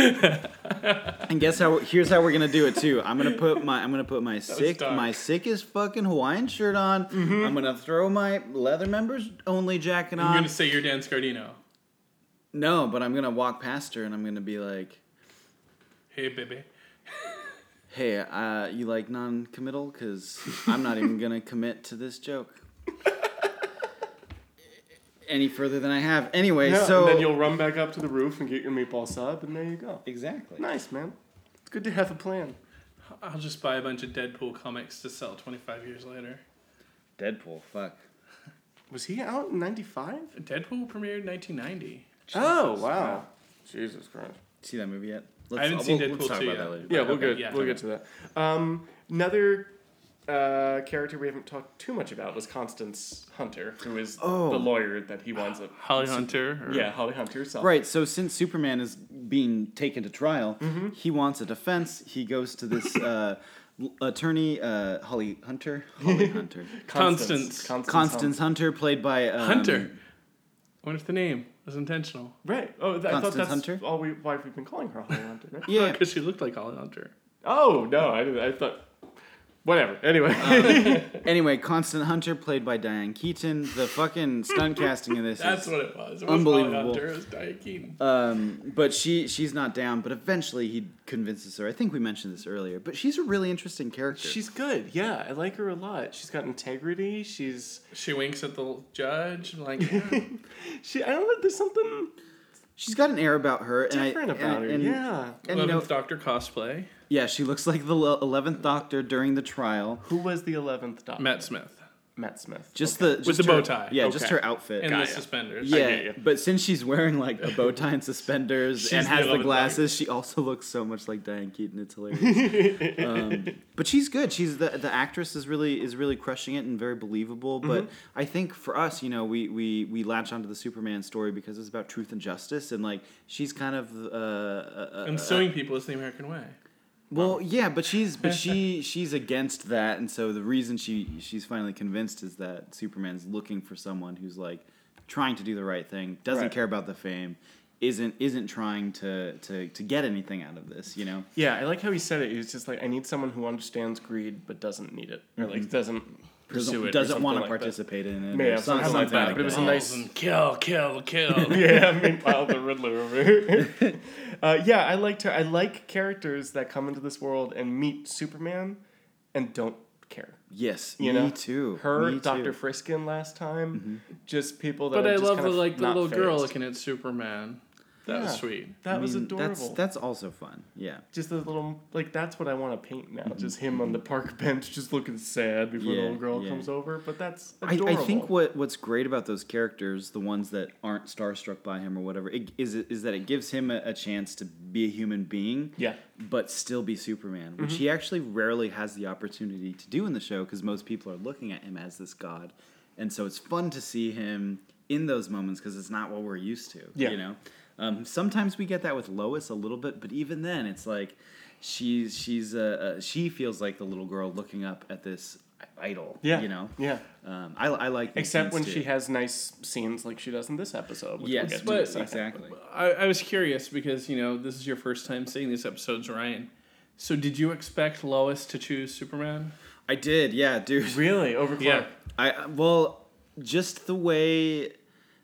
S1: And guess how? Here's how we're gonna do it too. I'm gonna put my I'm gonna put my sick
S2: dark.
S1: my sickest fucking Hawaiian shirt on. I'm gonna throw my leather members only jacket
S2: I'm
S1: on.
S2: gonna say you're Dan Scardino.
S1: No, but I'm gonna walk past her and I'm gonna be like,
S2: Hey, baby.
S1: "Hey, uh, you like non-committal? Because I'm not even gonna commit to this joke any further than I have. Anyway,
S3: Yeah,
S1: so
S3: and then you'll run back up to the roof and get your meatball sub, and there you go.
S1: exactly.
S3: Nice, man. It's good to have a plan.
S2: I'll just buy a bunch of Deadpool comics to sell 25 years later.
S1: Deadpool, fuck.
S3: Was he out in '95?
S2: Deadpool premiered in 1990.
S3: Oh wow! Jesus Christ.
S1: See that movie yet?
S2: I haven't seen Deadpool 2
S1: about
S2: yet.
S1: that later.
S3: Yeah, we'll
S2: Okay,
S3: get
S2: yeah.
S3: we'll get to that. Um, another uh, character we haven't talked too much about was Constance Hunter, who is the lawyer that he winds up.
S2: Holly Hunter. Or
S3: Yeah, Holly Hunter herself.
S1: Right, so since Superman is being taken to trial,
S3: Mm-hmm.
S1: he wants a defense. He goes to this uh, l- attorney, uh, Holly Hunter. Holly Hunter.
S2: Constance.
S1: Constance Hunter, played by. Um,
S2: Hunter. I wonder if the name was intentional.
S3: Right. Oh, th- I
S1: Constance
S3: thought that's
S1: Hunter?
S3: all we why we've been calling her Holly Hunter. Right?
S1: Yeah.
S2: Because she looked like Holly Hunter.
S3: Oh no, I, didn't- I thought Whatever. Anyway.
S1: Uh, Anyway, Constant Hunter, played by Diane Keaton. The fucking stunt casting in this
S2: That's
S1: is
S2: what it was. It was
S1: Unbelievable.
S2: Hunter, it was Diane Keaton.
S1: Um, but she she's not down. But eventually he convinces her. I think we mentioned this earlier. But she's a really interesting character.
S3: She's good. Yeah, I like her a lot. She's got integrity. She's
S2: she winks at the judge, like, yeah.
S3: she. I don't know. There's something
S1: she's got an air about her. And I-
S3: different
S1: and-
S3: about her.
S1: and-
S3: yeah.
S1: And
S2: 11th
S1: no,
S2: Doctor cosplay.
S1: yeah, she looks like the eleventh Doctor during the trial.
S3: Who was the eleventh doctor?
S2: Matt Smith.
S3: Matt Smith.
S1: Just the just
S2: With the
S1: her-
S2: bow tie.
S1: Yeah, just
S3: Okay.
S1: her outfit.
S2: And
S3: Gaia.
S2: the suspenders.
S1: yeah,
S3: get you.
S1: but since she's wearing like a bow tie and suspenders
S2: She's
S1: and has
S2: the
S1: the,
S2: eleventh
S1: glasses, she also looks so much like Diane Keaton. It's hilarious. um, but she's good. She's the the actress is really is really crushing it and very believable. But
S2: Mm-hmm.
S1: I think for us, you know, we we we latch onto the Superman story because it's about truth and justice, and like she's kind of uh, uh,
S2: And suing people is the American way.
S1: well, yeah, but she's but she she's against that, and so the reason she she's finally convinced is that Superman's looking for someone who's like trying to do the right thing, doesn't
S3: Right.
S1: care about the fame, isn't isn't trying to to to get anything out of this, you know.
S3: Yeah, I like how he said it. He was just like, I need someone who understands greed but doesn't need it, or like doesn't pursue
S1: Mm-hmm. Doesn't,
S3: it, or
S1: doesn't want to
S3: something like that.
S1: participate in it.
S3: Yeah,
S1: or some-
S3: something like that, but it was a nice-
S2: Balls and kill, kill, kill.
S3: yeah, meanwhile the Riddler over here. uh, yeah, I liked her. I like characters that come into this world and meet Superman and don't care.
S1: Yes,
S3: You
S1: me
S3: know,
S1: too. Mm-hmm.
S3: Her,
S1: me
S3: Doctor
S1: too.
S3: Friskin last time, just people that.
S2: but
S3: are
S2: I
S3: just
S2: love
S3: kind
S2: the
S3: of
S2: like the
S3: not
S2: little girl
S3: phased.
S2: looking at Superman. That
S3: Yeah.
S2: was sweet.
S3: That was
S1: I mean,
S3: adorable.
S1: That's that's also fun. Yeah.
S3: just the little like that's what I want to paint now. Just him on the park bench, just looking sad before the
S1: Mm-hmm. Yeah,
S3: little girl
S1: yeah.
S3: comes over. But that's
S1: I,
S3: adorable.
S1: I think what what's great about those characters, the ones that aren't starstruck by him or whatever, it, is is that it gives him a, a chance to be a human being,
S3: Yeah. Mm-hmm.
S1: but still be Superman, which he actually rarely has the opportunity to do in the show because most people are looking at him as this god, and so it's fun to see him in those moments because it's not what we're used to.
S3: Yeah.
S1: you know. Um, sometimes we get that with Lois a little bit, but even then, it's like she's she's uh, uh, she feels like the little girl looking up at this idol.
S3: Yeah,
S1: you know.
S3: yeah.
S1: Um, I, I like these
S3: Except
S1: scenes
S3: when
S1: too.
S3: she has nice scenes like she does in this episode. Which
S1: yes,
S3: we'll get to in a
S1: but
S3: second.
S1: exactly.
S2: I, I was curious because you know this is your first time seeing these episodes, Ryan. So did you expect Lois to choose Superman?
S1: I did, yeah, dude.
S3: Really, over Clark.
S1: I well, just the way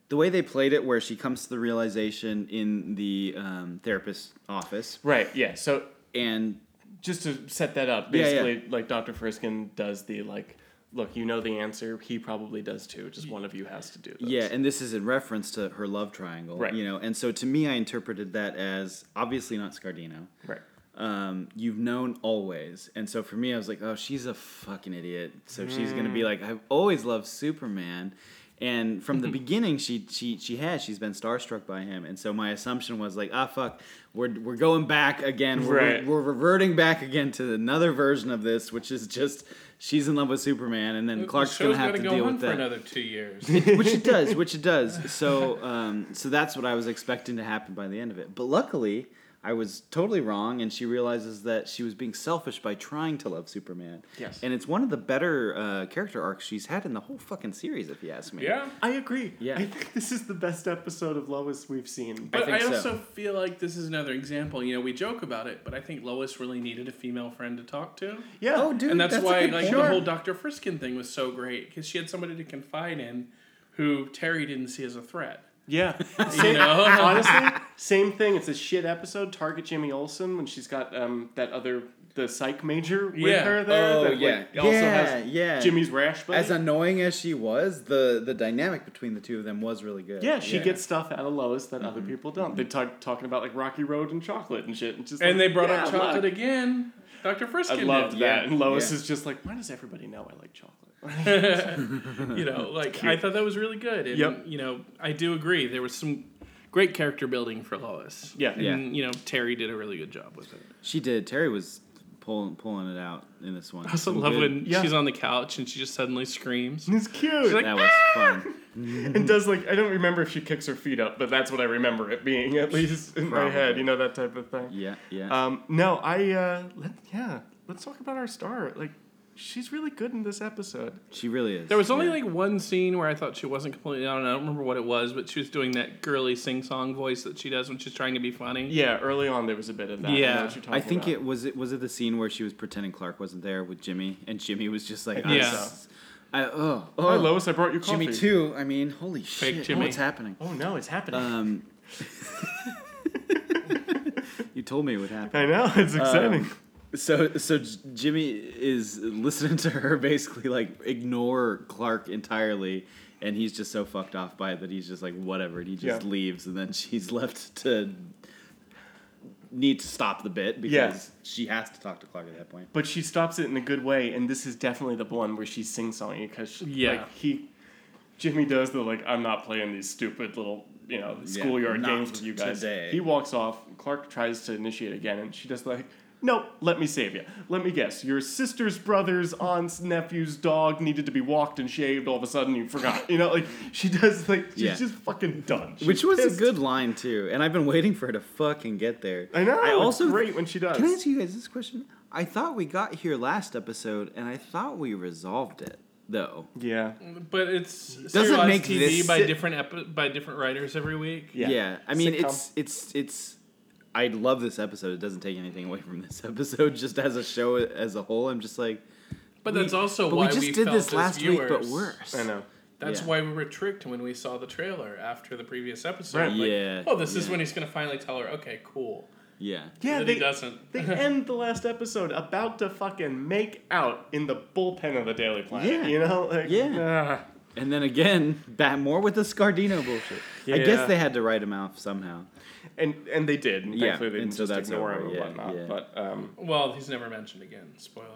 S1: the way they played it, where she comes to the realization in the um, therapist's office,
S3: Right. Yeah. So
S1: and
S3: just to set that
S1: Yeah,
S3: up,
S1: yeah.
S3: basically, like Doctor Friskin does the like, look, you know the answer. He probably does too. Just one of you has to do this.
S1: yeah, and this is in reference to her love triangle,
S3: Right.
S1: You know, and so to me, I interpreted that as obviously not Scardino.
S3: Right.
S1: um, you've known always. And so for me, I was like, oh, she's a fucking idiot. So she's gonna
S2: Mm.
S1: be like, I've always loved Superman. And from the beginning, she she she has she's been starstruck by him. And so my assumption was like, ah, fuck, we're we're going back again. We're,
S3: Right.
S1: we're reverting back again to another version of this, which is just she's in love with Superman, and then Clark's
S2: the
S1: gonna
S2: show's
S1: have
S2: gotta
S1: to
S2: go
S1: deal
S2: on
S1: with
S2: for
S1: that
S2: another two years.
S1: which it does, which it does. So, um, so that's what I was expecting to happen by the end of it. But luckily, I was totally wrong, and she realizes that she was being selfish by trying to love Superman.
S3: Yes.
S1: and it's one of the better uh, character arcs she's had in the whole fucking series, if you ask me.
S2: yeah.
S3: I agree.
S1: Yeah.
S3: I think this is the best episode of Lois we've seen.
S2: But I,
S1: think so.
S2: also feel like this is another example. You know, we joke about it, but I think Lois really needed a female friend to talk to.
S3: yeah.
S1: Oh, dude,
S2: and that's,
S1: a
S2: why
S1: good
S2: like
S1: point.
S2: the whole Dr. Friskin thing was so great because she had somebody to confide in who Terry didn't see as a threat.
S3: Yeah.
S2: You
S3: Same,
S2: know?
S3: honestly, same thing. It's a shit episode. Target Jamie Olsen when she's got um, that other the psych major with
S2: Yeah.
S3: her there.
S1: Oh,
S3: that, like,
S1: yeah.
S3: also
S1: Yeah,
S3: has
S1: yeah.
S3: Jimmy's rash buddy.
S1: As annoying as she was, the the dynamic between the two of them was really good.
S3: yeah, she gets stuff out of Lois that other people don't. They talk talking about like Rocky Road and chocolate and shit, and just
S2: And they
S3: like,
S2: brought
S3: yeah,
S2: up chocolate
S3: look.
S2: again. Dr.
S3: I
S2: Friskin
S3: loved
S2: did.
S3: that,
S1: Yeah,
S3: and Lois
S1: yeah.
S3: is just like, why does everybody know I like chocolate?
S2: you know, like I thought that was really good. And
S3: Yep.
S2: you know, I do agree. There was some great character building for Lois.
S3: Yeah.
S2: And
S1: Yeah.
S2: you know, Terry did a really good job with it.
S1: she did. Terry was pulling pulling it out in this one.
S2: I also
S1: Some
S2: love
S1: good-
S2: when
S3: Yeah.
S2: she's on the couch and she just suddenly screams.
S3: It's cute.
S2: like,
S1: that was fun.
S3: and does like I don't remember if she kicks her feet up, but that's what I remember it being at least in my head.
S1: Probably.
S3: You know that type of thing.
S1: Yeah, yeah.
S3: Um, no, I uh, let, yeah. Let's talk about our star. Like, she's really good in this episode.
S1: She really is.
S2: There was only
S1: yeah.
S2: like one scene where I thought she wasn't completely on. and I don't remember what it was, but she was doing that girly sing song voice that she does when she's trying to be funny.
S3: Yeah, early on there was a bit of that. I, know
S2: Yeah.
S3: what you're
S1: I
S3: talking
S1: think
S3: about.
S1: it was it was it the scene where she was pretending Clark wasn't there with Jimmy, and Jimmy was just like,
S3: I think
S1: "I'm
S2: so.
S1: s- I, oh, oh,
S3: Hi, Lois. I brought you coffee.
S1: Jimmy too. I mean, holy shit,
S2: Jimmy.
S1: what's happening?
S3: Oh no, it's happening.
S1: Um, you told me what happened.
S3: I know it's exciting.
S1: So, so J- Jimmy is listening to her basically like ignore Clark entirely, and he's just so fucked off by it that he's just like whatever, and he just
S3: Yeah.
S1: leaves, and then she's left to need to stop the bit because
S3: Yes.
S1: she has to talk to Clark at that point.
S3: but she stops it in a good way, and this is definitely the one where she's sing songy because
S2: Yeah.
S3: like, he, Jimmy does the like I'm not playing these stupid little you know schoolyard
S1: not
S3: games with you guys.
S1: today.
S3: He walks off. Clark tries to initiate again, and she just like. Nope, let me save you. Let me guess. Your sister's brother's aunt's nephew's dog needed to be walked and shaved. All of a sudden, you forgot. You know, like she does. Like she's
S1: Yeah.
S3: just fucking done. She's
S1: Which was a
S3: pissed.
S1: good line too, and I've been waiting for her to fucking get there.
S3: I know.
S1: I
S3: it's
S1: also
S3: great when she does.
S1: Can I ask you guys this question? I thought we got here last episode, and I thought we resolved it though.
S3: yeah.
S2: But it's
S1: Doesn't
S2: serialized
S1: make
S2: TV
S1: this-
S2: by different epi- by different writers every week.
S1: Yeah,
S3: Yeah.
S1: I mean,
S3: Sitcom.
S1: it's it's it's. I love this episode. It doesn't take anything away from this episode. Just as a show as a whole, I'm just like.
S2: But
S1: we-
S2: that's also
S1: but
S2: why
S1: we just did
S2: felt
S1: this
S2: as
S1: last week, but
S2: viewers-
S1: worse.
S3: I know.
S2: That's
S1: Yeah.
S2: why we were tricked when we saw the trailer after the previous episode.
S3: Right.
S2: Like,
S1: Yeah,
S2: Oh, this is
S1: yeah.
S2: when he's gonna finally tell her. Okay, cool.
S1: Yeah,
S3: Yeah,
S2: That
S3: they,
S2: he doesn't.
S3: they end the last episode about to fucking make out in the bullpen of the Daily Planet.
S1: Yeah.
S3: You know? Like,
S1: Yeah.
S3: ah.
S1: and then again, bat more with the Scardino bullshit. I
S3: Yeah.
S1: guess they had to write him off somehow.
S3: and and they did. And
S1: Yeah,
S3: thankfully they
S1: and
S3: didn't
S1: so
S3: just
S1: that's
S3: ignore
S1: over,
S3: him and
S1: yeah,
S3: whatnot.
S1: yeah.
S3: But, um,
S2: Well, he's never mentioned again. Spoiler.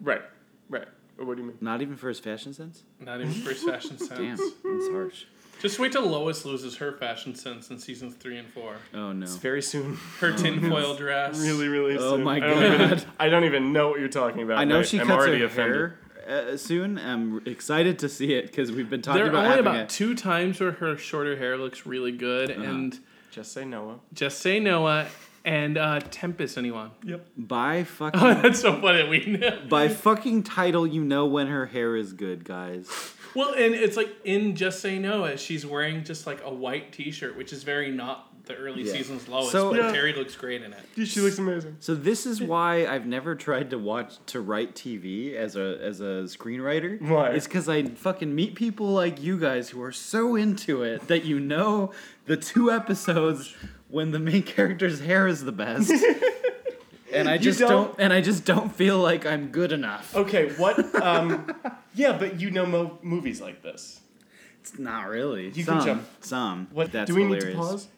S3: right, right. Or What do you mean?
S1: Not even for his fashion sense.
S2: Not even for his fashion
S1: Damn,
S2: sense.
S1: that's harsh.
S2: Just wait till Lois loses her fashion sense in seasons three and four.
S1: Oh no.
S3: It's very soon.
S2: Her tinfoil dress.
S3: really, really
S1: Oh
S3: soon.
S1: my
S3: I don't, even,
S1: God.
S3: I don't even know what you're talking about.
S1: I know
S3: Nate.
S1: she
S3: I'm
S1: cuts
S3: already
S1: her
S3: offended.
S1: hair uh, soon. I'm excited to see it because we've been talking
S2: There are
S1: about
S2: only
S1: having
S2: about
S1: it.
S2: two times where her shorter hair looks really good,
S3: Uh-huh.
S2: and
S3: Just say Noah.
S2: just say Noah and uh, Tempest. Anyone?
S3: Yep.
S1: by
S2: Oh,
S1: fucking
S2: that's so funny. We know.
S1: by fucking title. You know when her hair is good, guys.
S2: Well, and it's like in Just Say Noah, she's wearing just like a white T-shirt, which is very not the early
S1: Yeah.
S2: seasons lowest,
S1: So-
S2: but
S1: Yeah.
S2: Terry looks great in it.
S3: She looks amazing.
S1: So this is why I've never tried to watch to write TV as a as a screenwriter.
S3: Why?
S1: It's because I fucking meet people like you guys who are so into it that you know the two episodes when the main character's hair is the best. And I just
S3: don't-
S1: don't, and I just don't feel like I'm good enough.
S3: Okay, what? Um, yeah, but you know mo- movies like this.
S1: It's not really.
S3: You
S1: some,
S3: can jump.
S1: Some.
S3: What
S1: That's
S3: do we
S1: hilarious.
S3: need to pause?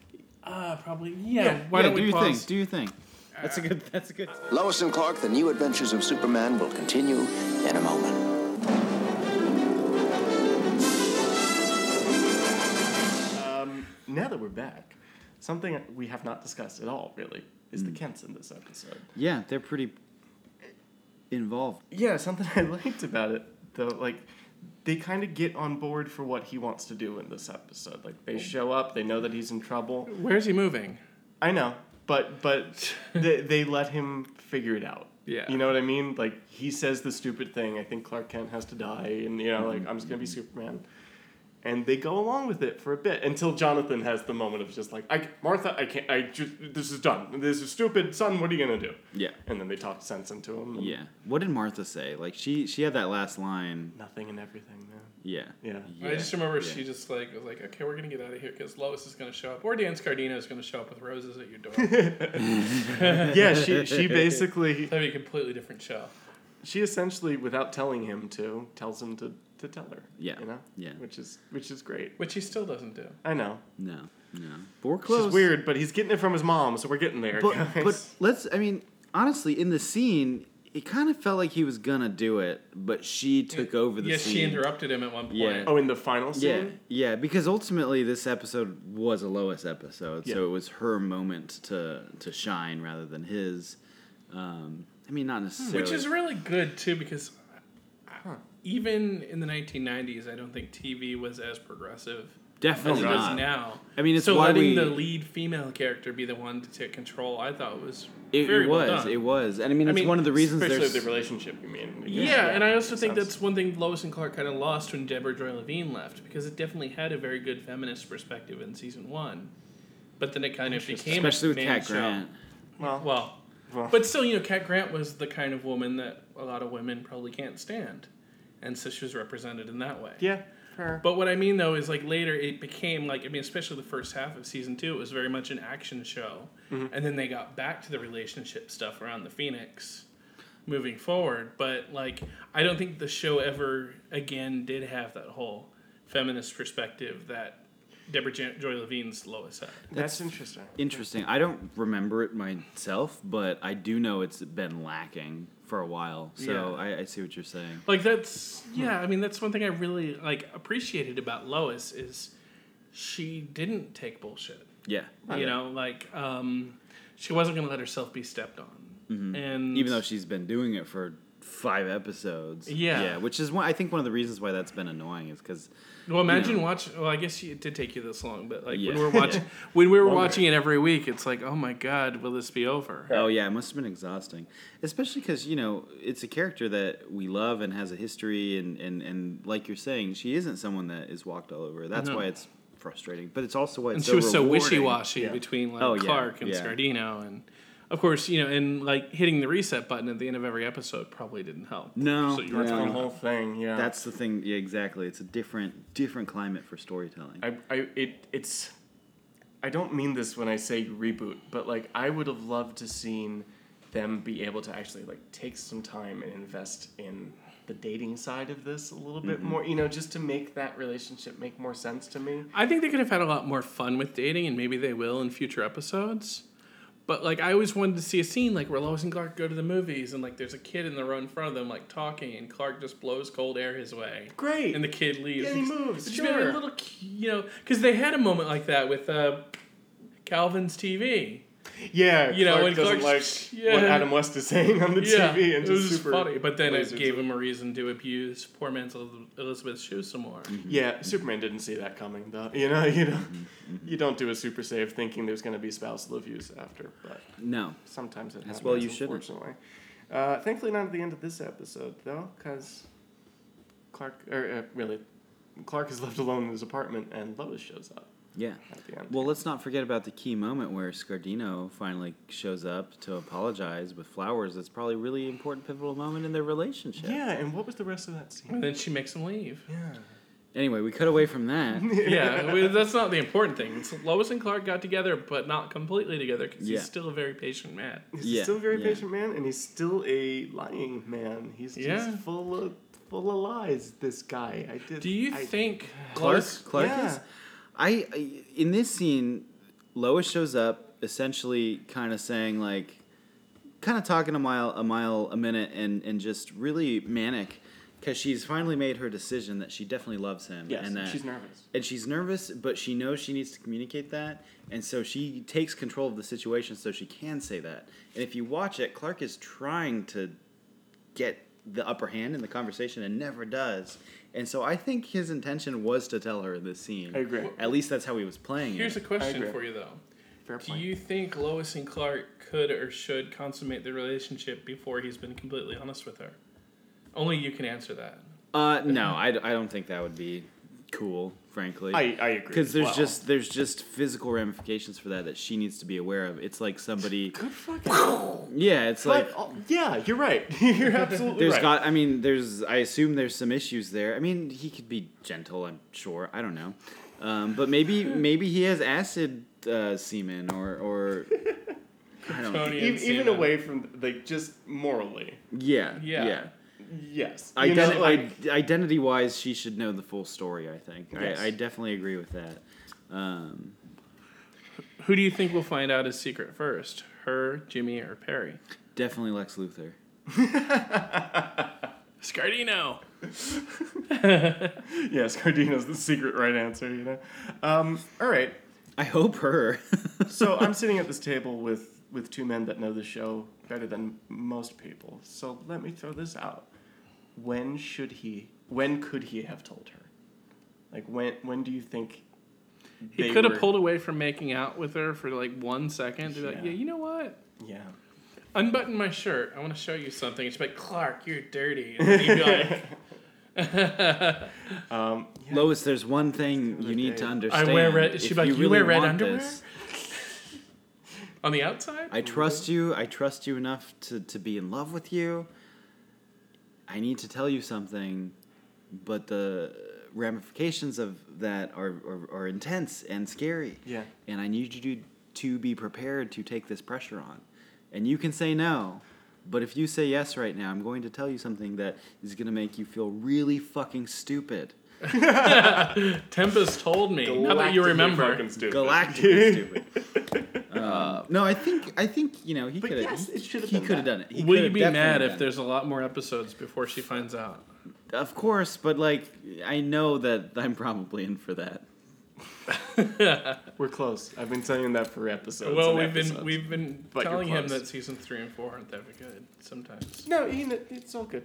S2: Uh, probably. Yeah.
S3: Yeah.
S2: Why
S1: yeah,
S2: don't
S1: do
S2: we
S1: your
S2: pause?
S1: thing. Do your thing. That's a good. That's a good.
S6: Lois and Clark, the new adventures of Superman will continue in a moment.
S3: Now that we're back, something we have not discussed at all, really, is the Kents in this episode.
S1: Yeah, they're pretty involved.
S3: Yeah, something I liked about it, though, like, they kind of get on board for what he wants to do in this episode. Like, they show up, they know that he's in trouble.
S2: Where's he moving?
S3: I know, but but they, they let him figure it out.
S2: Yeah.
S3: You know what I mean? Like, he says the stupid thing, I think Clark Kent has to die, and, you know, like,
S1: Mm-hmm.
S3: I'm just going to be Superman. And they go along with it for a bit until Jonathan has the moment of just like, I, Martha, I can't, I just, this is done. This is stupid. Son, what are you going to do?
S1: Yeah.
S3: And then they talk sense into him. and
S1: Yeah. What did Martha say? Like she she had that last line.
S3: Nothing and everything, man.
S1: Yeah.
S3: Yeah.
S2: I just remember
S1: yeah.
S2: she just like was like, okay, we're gonna get out of here because Lois is gonna show up, or Dan Scardino is gonna show up with roses at your door.
S3: Yeah, she, she basically,
S2: That'd be a completely different show.
S3: she essentially, without telling him to, tells him to, to tell her.
S1: Yeah.
S3: You know?
S1: Yeah.
S3: Which is, which is great.
S2: Which he still doesn't do.
S3: I know.
S1: No. No. But we're
S3: Which
S1: close.
S3: is weird, but he's getting it from his mom, so we're getting there.
S1: But
S3: guys.
S1: but let's. I mean, honestly, in the scene, it kind of felt like he was gonna do it, but she took over the
S2: yeah,
S1: scene.
S2: she interrupted him at one point.
S1: Yeah.
S3: oh, in the final
S1: Yeah,
S3: scene?
S1: yeah, because ultimately this episode was a Lois episode,
S3: Yeah.
S1: so it was her moment to to shine rather than his. Um, I mean, not necessarily.
S2: Hmm. Which is really good too, because uh, even in the 1990s, I don't think TV was as progressive
S1: Definitely
S2: as it is
S1: not.
S2: now.
S1: I mean, it's
S2: so
S1: why
S2: letting
S1: we-
S2: the lead female character be the one to take control. I thought was
S1: It,
S2: very
S1: it
S2: well
S1: was.
S2: done.
S1: it was. And I mean, it's one of the reasons
S3: especially
S1: there's.
S3: the relationship. You mean?
S2: Yeah, and I also think
S3: Sounds-
S2: that's one thing Lois and Clark kind of lost when Deborah Joy Levine left because it definitely had a very good feminist perspective in season one, but then it kind of became a
S1: especially with
S2: man
S1: Cat
S2: show.
S1: Grant.
S3: well,
S2: Well,
S3: Well.
S2: but still, you know, Cat Grant was the kind of woman that a lot of women probably can't stand, and so she was represented in that way.
S3: yeah, fair.
S2: But what I mean though is like later it became like I mean especially the first half of season two it was very much an action show,
S3: Mm-hmm.
S2: and then they got back to the relationship stuff around the Phoenix, moving forward. But like I don't think the show ever again did have that whole feminist perspective that Deborah Jan- Joy Levine's Lois had.
S3: that's interesting.
S1: Interesting. I don't remember it myself, but I do know it's been lacking for a while. So
S2: Yeah.
S1: I, I see what you're saying.
S2: Like that's
S1: Hmm.
S2: yeah, I mean that's one thing I really like appreciated about Lois is she didn't take bullshit.
S1: Yeah.
S2: you know like um, she wasn't going to let herself be stepped on and
S1: Mm-hmm. Even though she's been doing it for five episodes.
S2: Yeah.
S1: Yeah. Which is one. I think one of the reasons why that's been annoying is because
S2: well imagine
S1: you know.
S2: watch well i guess it did take you this long but like when
S1: Yeah.
S2: we're watching when we were watching it every week it's like oh my god will this be over
S1: Oh yeah, it must have been exhausting, especially because you know it's a character that we love and has a history, and and and like you're saying, she isn't someone that is walked all over. That's why it's frustrating, but it's also why it's
S2: and
S1: so
S2: she was so
S1: rewarding.
S2: wishy-washy between like
S1: Oh, yeah,
S2: clark and
S1: yeah.
S2: scardino and of course you know and like hitting the reset button at the end of every episode probably didn't help
S1: No,
S2: so you were
S1: no.
S3: The
S2: talking about
S3: whole thing, yeah.
S1: That's the thing. Yeah, exactly. It's a different different climate for storytelling.
S3: I, I, it, it's. I don't mean this when I say reboot, but like I would have loved to seen them be able to actually like take some time and invest in the dating side of this a little bit more, you know, just to make that relationship make more sense to me.
S2: I think they could have had a lot more fun with dating, and maybe they will in future episodes. But like, I always wanted to see a scene like where Lois and Clark go to the movies, and like, there's a kid in the row in front of them, like talking, and Clark just blows cold air his way.
S3: Great.
S2: And the kid leaves.
S3: Yeah, he moves,
S2: It's been
S3: sure.
S2: a little, cu- you know, because they had a moment like that with uh, Calvin's TV.
S3: Yeah,
S2: You know,
S3: Clark
S2: when
S3: doesn't
S2: Clark's-
S3: like
S2: yeah.
S3: what Adam West is saying on the
S2: Yeah,
S3: TV, and
S2: it
S3: just
S2: was
S3: super
S2: funny. But then it
S3: lasers
S2: gave
S3: him.
S2: him a reason to abuse poor man's Eliz- Elizabeth Shue some more.
S3: Yeah, Superman didn't see that coming, though. You know, you know,
S1: Mm-hmm,
S3: you don't do a super save thinking there's going to be spousal abuse after, but
S1: no,
S3: sometimes it happens.
S1: well you shouldn't.
S3: unfortunately. Uh, thankfully, not at the end of this episode though, because Clark, or uh, really, Clark is left alone in his apartment, and Lois shows up
S1: yeah.
S3: at the end.
S1: Well, let's not forget about the key moment where Scardino finally shows up to apologize with flowers. That's probably a really important pivotal moment in their relationship.
S3: yeah, and what was the rest of that scene?
S2: And then she makes him leave.
S3: Yeah.
S1: Anyway, we cut away from that.
S2: yeah, well, that's not the important thing. It's Lois and Clark got together, but not completely together because
S1: Yeah.
S2: he's still a very patient man.
S3: He's
S1: Yeah,
S3: still a very
S1: yeah.
S3: patient man, and he's still a lying man. He's just
S2: Yeah.
S3: full of full of lies. This guy, I did.
S2: Do you
S3: I-
S2: think
S1: Clark.
S2: Lois-
S1: Clark is.
S3: Yeah.
S1: I, I in this scene, Lois shows up essentially, kind of saying like, kind of talking a mile, a mile, a minute, and and just really manic because she's finally made her decision that she definitely loves him.
S3: Yes,
S1: and that
S3: she's nervous.
S1: and she's nervous, but she knows she needs to communicate that, and so she takes control of the situation so she can say that. And if you watch it, Clark is trying to get the upper hand in the conversation and never does. And so I think his intention was to tell her in this scene.
S3: I agree.
S1: At least that's how he was playing
S2: Here's a
S1: it.
S3: I
S2: question
S3: agree.
S2: for you though.
S3: Fair
S2: Do
S3: point.
S2: you think Lois and Clark could or should consummate their relationship before he's been completely honest with her? Only you can answer that.
S1: uh, no, I, d- I don't think that would be cool, frankly.
S3: I, I agree.
S1: because there's
S3: Wow.
S1: just there's just physical ramifications for that that she needs to be aware of. It's like somebody,
S3: good fucking.
S1: yeah, it's like
S3: But, oh, yeah, you're right. you're absolutely
S1: There's
S3: right.
S1: got. I mean, there's. I assume there's some issues there. I mean, he could be gentle. I'm sure. I don't know. Um, but maybe maybe he has acid uh, semen or or. I don't know.
S2: Tony
S3: E-
S2: and
S3: even
S2: Sina.
S3: away from like just morally,
S1: Yeah. Yeah.
S2: Yeah.
S3: yes. You know,
S1: Identi-
S3: like,
S1: identity wise, she should know the full story. I think.
S3: Yes.
S1: I, I definitely agree with that. Um,
S2: Who do you think will find out his secret first? Her, Jimmy, or Perry?
S1: definitely Lex Luthor.
S2: Scardino.
S3: yes, Cardino's the secret right answer. You know. Um, all right.
S1: I hope her.
S3: So I'm sitting at this table with with two men that know the show better than most people. So let me throw this out. When should he? When could he have told her? Like when? When do you think
S2: He
S3: They
S2: could have
S3: were-
S2: pulled away from making out with her for like one second to be like,
S3: Yeah.
S2: yeah, you know what?
S3: Yeah.
S2: Unbutton my shirt. I want to show you something. And she's like, Clark, you're dirty. And then you'd be like,
S1: Lois, there's one thing you need
S3: day.
S1: to
S3: I
S1: understand.
S2: red-
S1: If
S2: she'd be like, "You wear red
S1: want
S2: underwear?" on the outside?
S1: I trust you. I trust you enough to, to be in love with you. I need to tell you something, but the ramifications of that are, are, are intense and scary.
S3: Yeah.
S1: And I need you to, to be prepared to take this pressure on. And you can say no, but if you say yes right now, I'm going to tell you something that is going to make you feel really fucking stupid.
S2: Tempest told me. Now that you
S3: Galactically
S2: remember.
S3: fucking stupid.
S1: Galactically stupid. Um, no, I think I think you know he could have.
S3: yes, it should've
S1: he
S3: been
S1: could have
S3: that.
S1: done it. He
S2: Will you
S1: could've
S2: be
S1: definitely
S2: mad
S1: done
S2: if
S1: it.
S2: there's a lot more episodes before she finds out?
S1: Of course, but like I know that I'm probably in for that.
S3: We're close. I've been telling him that for episodes.
S2: well,
S3: and
S2: we've been
S3: episodes.
S2: we've been
S3: But you're
S2: telling him
S3: close.
S2: that season three and four aren't that good sometimes.
S3: No, Ian, it- it's all good.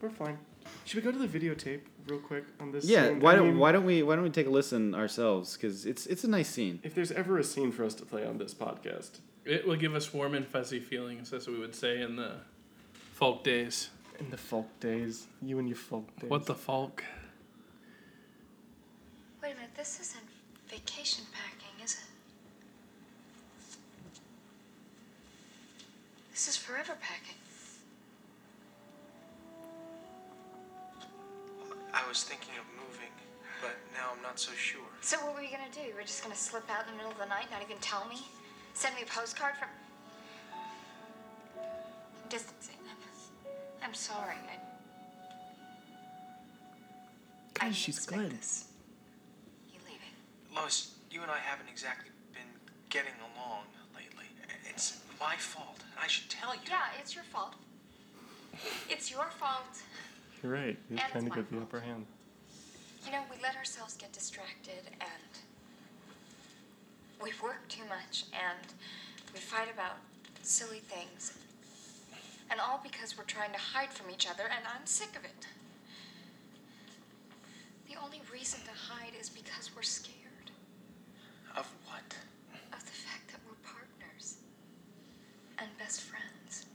S3: We're fine. Should we go to the videotape real quick on this?
S1: Yeah,
S3: scene?
S1: why
S3: I
S1: don't
S3: mean,
S1: why don't we why don't we take a listen ourselves because it's it's a nice scene.
S3: If there's ever a scene for us to play on this podcast,
S2: It will give us warm and fuzzy feelings, as we would say in the folk days.
S3: in the folk days, you and your folk days.
S2: What the folk?
S7: Wait a minute, this isn't vacation packing, is it? This is forever packing.
S8: I was thinking of moving, but now I'm not so sure.
S7: So what were you gonna do? You were just gonna slip out in the middle of the night, not even tell me? Send me a postcard from distancing. I'm sorry. I, I didn't
S3: she's
S7: expect
S3: Glenn.
S7: This. You leaving?
S8: Lois, you and I haven't exactly been getting along lately. It's my fault. I should tell you.
S7: Yeah, it's your fault. It's your fault.
S3: You're right. You're
S7: And
S3: trying to
S7: it's
S3: get
S7: my
S3: the upper hand.
S7: You know, we let ourselves get distracted and we work too much and we fight about silly things. And all because we're trying to hide from each other and I'm sick of it. The only reason to hide is because we're scared
S8: Of what?
S7: of the fact that we're partners and best friends.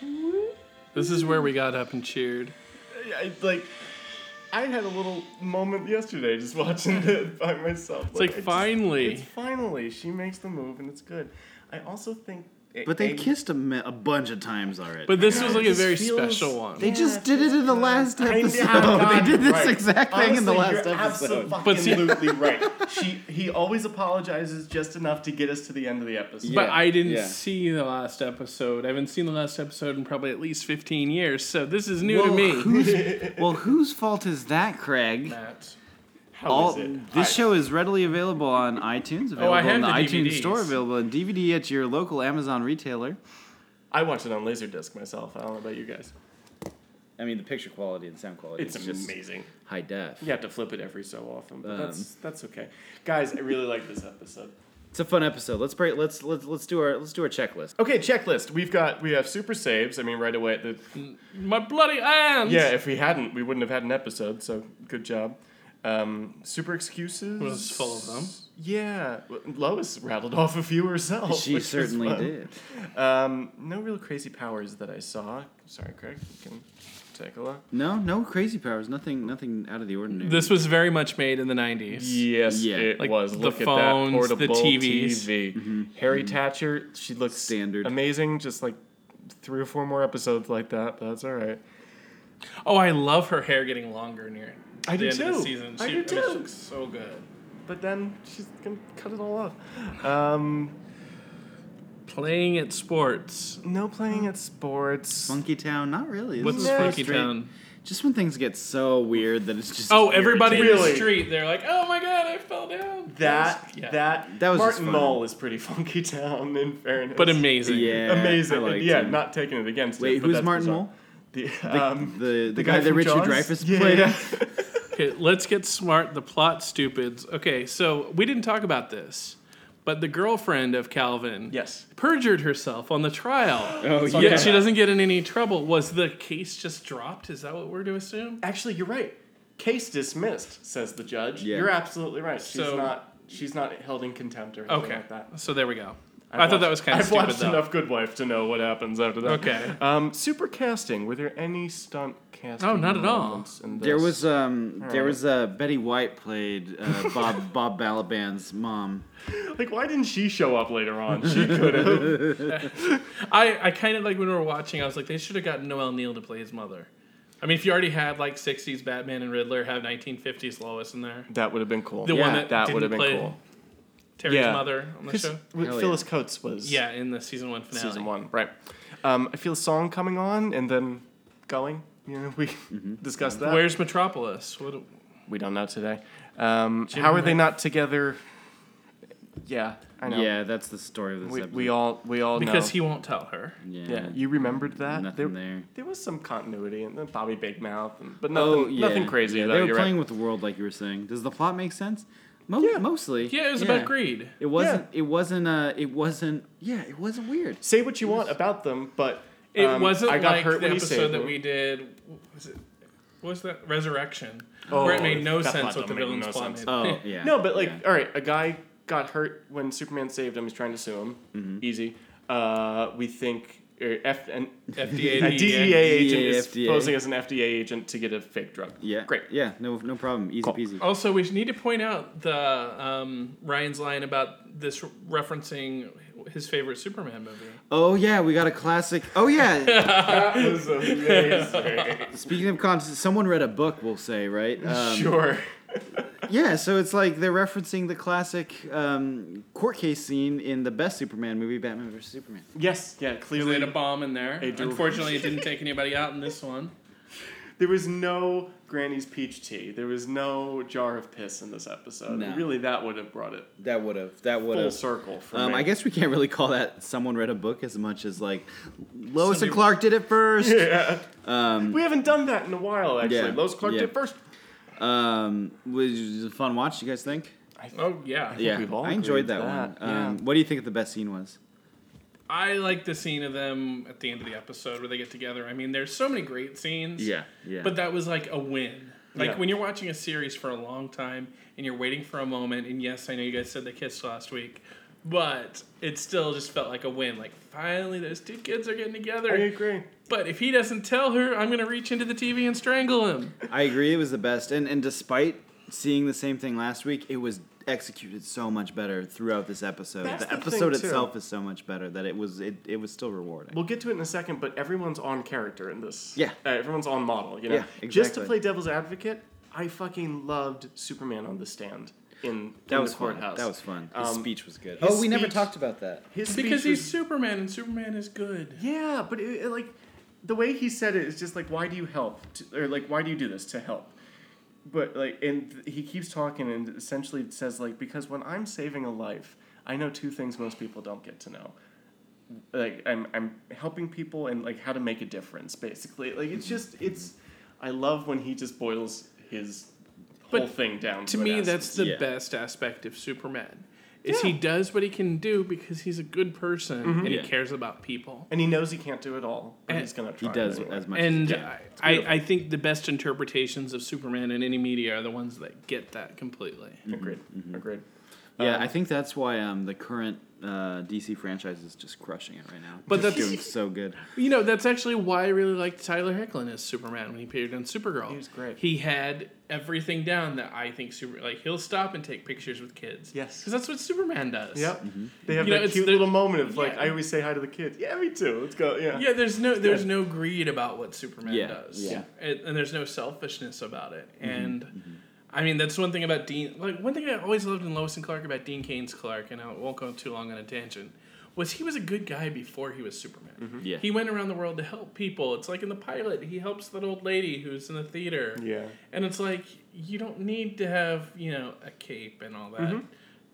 S7: And this.
S2: This is where we got up and cheered.
S3: I, like, I had a little moment yesterday just watching it by myself.
S2: It's like
S3: I just-
S2: finally.
S3: it's finally she makes the move and it's good. I also think.
S1: But they
S3: I-
S1: kissed a, ma- a bunch of times already.
S2: But this was like a
S3: just
S2: very
S3: feels-
S2: special one.
S1: they just did it in the last
S3: I know,
S1: episode.
S3: God,
S1: they did this
S3: right.
S1: exact thing in the
S3: Honestly,
S1: last
S3: you're
S1: episode.
S2: But see-
S3: Absolutely right. She he always apologizes just enough to get us to the end of the episode.
S2: but
S1: Yeah,
S2: I didn't
S1: yeah.
S2: see the last episode. I haven't seen the last episode in probably at least 15 years, so this is new
S1: Well,
S2: to me.
S1: whose- well, whose fault is that, Craig?
S2: Matt.
S3: How is
S1: All,
S3: it?
S1: this show is readily available on iTunes, available
S2: I have
S1: on Oh, the,
S2: the
S1: iTunes
S2: DVDs.
S1: store, available on DVD at your local Amazon retailer.
S3: I watch it on Laserdisc myself. I don't know about you guys.
S1: I mean, the picture quality and sound quality
S3: It's, amazing.
S1: high def.
S3: You have to flip it every so often,
S1: Um,
S3: but that's that's okay. Guys, I really like this episode.
S1: It's a fun episode. Let's break. Let's let's let's do our let's do our checklist.
S3: Okay, checklist. We've got we have super saves. I mean, right away at the
S2: My bloody hands!
S3: yeah. If we hadn't, we wouldn't have had an episode. So good job. Um, super excuses
S2: Was full of them.
S3: Yeah, Lois rattled off a few herself.
S1: She
S3: which was
S1: certainly
S3: Oh, fun.
S1: did.
S3: Um, no real crazy powers that I saw. Sorry, Craig. You can take a look.
S1: No, no crazy powers. Nothing, nothing out of the ordinary.
S2: This was very much made in the 90s.
S3: Yes,
S1: Yeah.
S3: it
S2: Like,
S3: was.
S2: the
S3: Look
S2: phones, the
S3: at that portable
S2: TVs.
S3: TV. Harry Thatcher, she looks
S1: Mm-hmm. Standard.
S3: amazing. Just like three or four more episodes like that. But that's all right.
S2: Oh, I love her hair getting longer near
S3: I
S2: the
S3: do
S2: end of
S3: too.
S2: the season.
S3: I
S2: She,
S3: do
S2: mean, she
S3: too.
S2: looks so good.
S3: But then she's gonna cut it all off. Um,
S2: Playing at sports.
S3: no playing at sports.
S1: Funky Town. Not really. This
S2: What's
S1: is
S3: No,
S2: Funky
S1: straight-
S2: Town?
S1: Just when things get so weird that it's just.
S2: Oh, everybody
S1: irritating.
S2: in
S3: Really?
S2: the street, they're like, oh my god, I fell down.
S3: That
S2: Yeah.
S3: that
S1: That was just
S3: Martin
S1: fun.
S3: Mull is pretty funky town in fairness.
S2: But amazing.
S1: Yeah,
S3: amazing.
S1: I liked
S3: yeah,
S1: him.
S3: not taking it against.
S1: Wait,
S3: it, but
S1: who's
S3: that's
S1: Martin
S3: bizarre.
S1: Mull?
S3: The,
S1: The,
S3: um,
S1: the, the, guy, that
S3: from
S1: Richard
S3: Jaws?
S1: Dreyfuss
S3: Yeah,
S1: played.
S3: yeah.
S2: Okay, let's get smart. The plot stupids. Okay, so we didn't talk about this, but the girlfriend of Calvin
S3: Yes.
S2: perjured herself on the trial.
S1: Oh
S2: Yet
S1: yeah.
S2: she doesn't get in any trouble. Was the case just dropped? Is that what we're to assume?
S3: Actually, you're right. Case dismissed, says the judge.
S1: Yeah.
S3: You're absolutely right. She's
S2: So-
S3: not she's not held in contempt or anything
S2: Okay.
S3: like that.
S2: So there we go. i
S3: I've
S2: thought that
S3: watched-
S2: was kind of
S3: I've
S2: stupid
S3: watched
S2: though.
S3: enough Good Wife to know what happens after that.
S2: Okay.
S3: Um, super casting. Were there any stunt casting?
S2: Oh, not at all.
S3: moments in
S1: There
S3: this?
S1: was um there was uh, Betty White played uh, Bob Bob Balaban's mom.
S3: like, why didn't she show up later on? She could have.
S2: I, I kind of like when we were watching, I was like, they should have gotten Noel Neal to play his mother. I mean, if you already had like 60s Batman and Riddler, have 1950s Lois in there.
S3: that would have been cool.
S2: The
S1: Yeah,
S2: one that,
S3: that
S2: didn't
S3: would have been
S2: play
S3: cool.
S2: Terry's
S3: Yeah.
S2: mother on the
S3: 'Cause
S2: show.
S3: with
S1: Hell yeah.
S3: Phyllis Coates was
S2: Yeah, in the season one finale.
S3: season one, right? Um, I feel a song coming on and then going. You know, we
S1: Mm-hmm.
S3: discussed that.
S2: Where's Metropolis? What,
S3: we don't know today. Um,
S2: Jim
S3: how are they
S2: Ray-
S3: not together? Yeah, I know.
S1: Yeah, that's the story of this
S3: we,
S1: episode.
S3: we all we all
S2: because
S3: know.
S2: he won't tell her.
S1: yeah,
S3: yeah, you remembered that
S1: nothing there.
S3: There was some continuity and then Bobby Big Mouth, and, but nothing,
S1: Oh, yeah.
S3: nothing crazy.
S1: Yeah,
S3: though,
S1: they were
S3: you're
S1: playing
S3: right.
S1: with the world, like you were saying. Does the plot make sense? Mo-
S3: Yeah.
S1: mostly.
S2: Yeah, it was about greed.
S1: It wasn't. It wasn't. Uh, it wasn't. Yeah, it wasn't weird.
S3: Say what you want about them, but
S2: It
S3: um,
S2: wasn't
S3: I got
S2: like
S3: hurt
S2: the
S3: when he
S2: episode
S3: saved
S2: that
S3: me.
S2: we did. What was it? What was that Resurrection?
S3: Oh,
S2: where it made no
S3: that
S2: sense
S3: plot
S2: what the
S3: don't make
S2: villain's
S3: no
S2: plot
S3: sense.
S2: made.
S1: Oh yeah.
S3: No, but like,
S1: yeah.
S3: all right, a guy got hurt when Superman saved him. He's trying to sue him.
S1: Mm-hmm.
S3: Easy. Uh, we think er, F and
S2: FDA.
S3: E a DEA agent
S1: DEA,
S3: is
S1: FDA.
S3: posing as an FDA agent to get a fake drug.
S1: yeah.
S3: great. Oh.
S1: Yeah. No. No problem. Easy peasy.
S2: Also, we need to point out the um, Ryan's line about this referencing his favorite Superman movie.
S1: Oh yeah, we got a classic. Oh yeah.
S3: That was amazing.
S1: Speaking of concepts, someone read a book. We'll say right. Um,
S3: sure.
S1: Yeah, so it's like they're referencing the classic um, court case scene in the best Superman movie, Batman vs Superman.
S3: Yes. Yeah.
S2: They laid a
S3: Clearly,
S2: bomb in there.
S3: They do.
S2: Unfortunately, it didn't take anybody out in this one.
S3: there was no Granny's peach tea. There was no jar of piss in this episode.
S1: No.
S3: Really, that would have brought it
S1: That would have. That would
S3: full
S1: have.
S3: circle. For
S1: Um,
S3: me.
S1: I guess we can't really call that someone read a book as much as like Lois
S2: Somebody-
S1: and Clark did it first.
S3: Yeah. we haven't done that in a while, actually.
S1: Yeah,
S3: Lois Clark
S1: yeah.
S3: did first.
S1: Um, was a fun watch. You guys think?
S2: Oh yeah,
S1: Yeah,
S3: we've all
S1: I enjoyed
S3: agreed
S1: that,
S3: to
S1: one.
S3: that, yeah.
S1: Um, What do you think the best scene was?
S2: I like the scene of them at the end of the episode where they get together. I mean, there's so many great scenes.
S1: yeah.
S2: But that was like a win. Like
S3: Yeah.
S2: when you're watching a series for a long time and you're waiting for a moment, and yes, I know you guys said they kissed last week, but it still just felt like a win. Like finally, those two kids are getting together.
S3: I agree.
S2: But if he doesn't tell her, I'm gonna reach into the TV and strangle him.
S1: I agree. It was the best, and and despite seeing the same thing last week, it was executed so much better throughout this episode.
S3: That's
S1: the
S3: the thing,
S1: episode
S3: too.
S1: itself is so much better that it was it, it was still rewarding.
S3: We'll get to it in a second, but everyone's on character in this.
S1: Yeah.
S3: Uh, everyone's on model, you know?
S1: Yeah,
S3: Just to
S1: exactly.
S3: play devil's advocate, I fucking loved Superman on the stand in,
S1: that
S3: in
S1: was
S3: the
S1: fun.
S3: courthouse.
S1: That was fun. His
S3: Um,
S1: speech Oh, was good.
S3: his speech-
S1: about that.
S3: His
S2: Because
S3: speech
S2: he's
S3: was-
S2: Superman and Superman is good.
S3: Yeah, but it, it, like the way he said it is just like, why do you help? To, or like, why do you do this to help? But like, and th- he keeps talking and essentially says like, because when I'm saving a life, I know two things most people don't get to know. Like I'm, I'm helping people and like how to make a difference basically. Like it's just it's, I love when he just boils his whole
S2: But
S3: thing down.
S2: To
S3: an
S2: me,
S3: essence.
S2: that's the
S1: Yeah.
S2: best aspect of Superman. Is
S3: Yeah.
S2: he does what he can do because he's a good person and
S1: Yeah.
S2: he cares about people.
S3: and he knows he can't do it all, but
S2: And
S3: he's gonna try.
S1: He does
S3: anyway.
S1: as much.
S2: And
S1: as, yeah.
S2: I, I, I think the best interpretations of Superman in any media are the ones that get that completely.
S3: Agreed.
S1: mm-hmm.
S3: Agreed.
S1: yeah,
S3: um,
S1: I think that's why um the current uh, DC franchise is just crushing it right now.
S2: But
S1: Just
S2: that's-
S1: doing so good.
S2: You know, that's actually why I really liked Tyler Hecklin as Superman when he appeared on Supergirl.
S3: He was great.
S2: He had everything down that I think super like he'll stop and take pictures with kids.
S3: Yes.
S2: because that's what Superman does.
S3: Yep.
S1: Mm-hmm.
S3: They have
S2: You know,
S3: that
S2: it's
S3: cute
S2: the-
S3: little moment of like,
S2: yeah.
S3: I always say hi to the kids. Yeah, me too. Let's go. Yeah.
S2: Yeah, there's no there's
S3: good.
S2: no greed about what Superman
S1: Yeah,
S2: does.
S1: yeah. Mm-hmm.
S2: And, and there's no selfishness about it. And I mean, that's one thing about Dean. Like one thing I always loved in Lois and Clark about Dean Kane's Clark, and I won't go too long on a tangent. Was he was a good guy before he was Superman?
S1: Yeah.
S2: He went around the world to help people. It's like in the pilot, he helps that old lady who's in the theater.
S3: Yeah.
S2: And it's like you don't need to have you know a cape and all that
S1: Mm-hmm.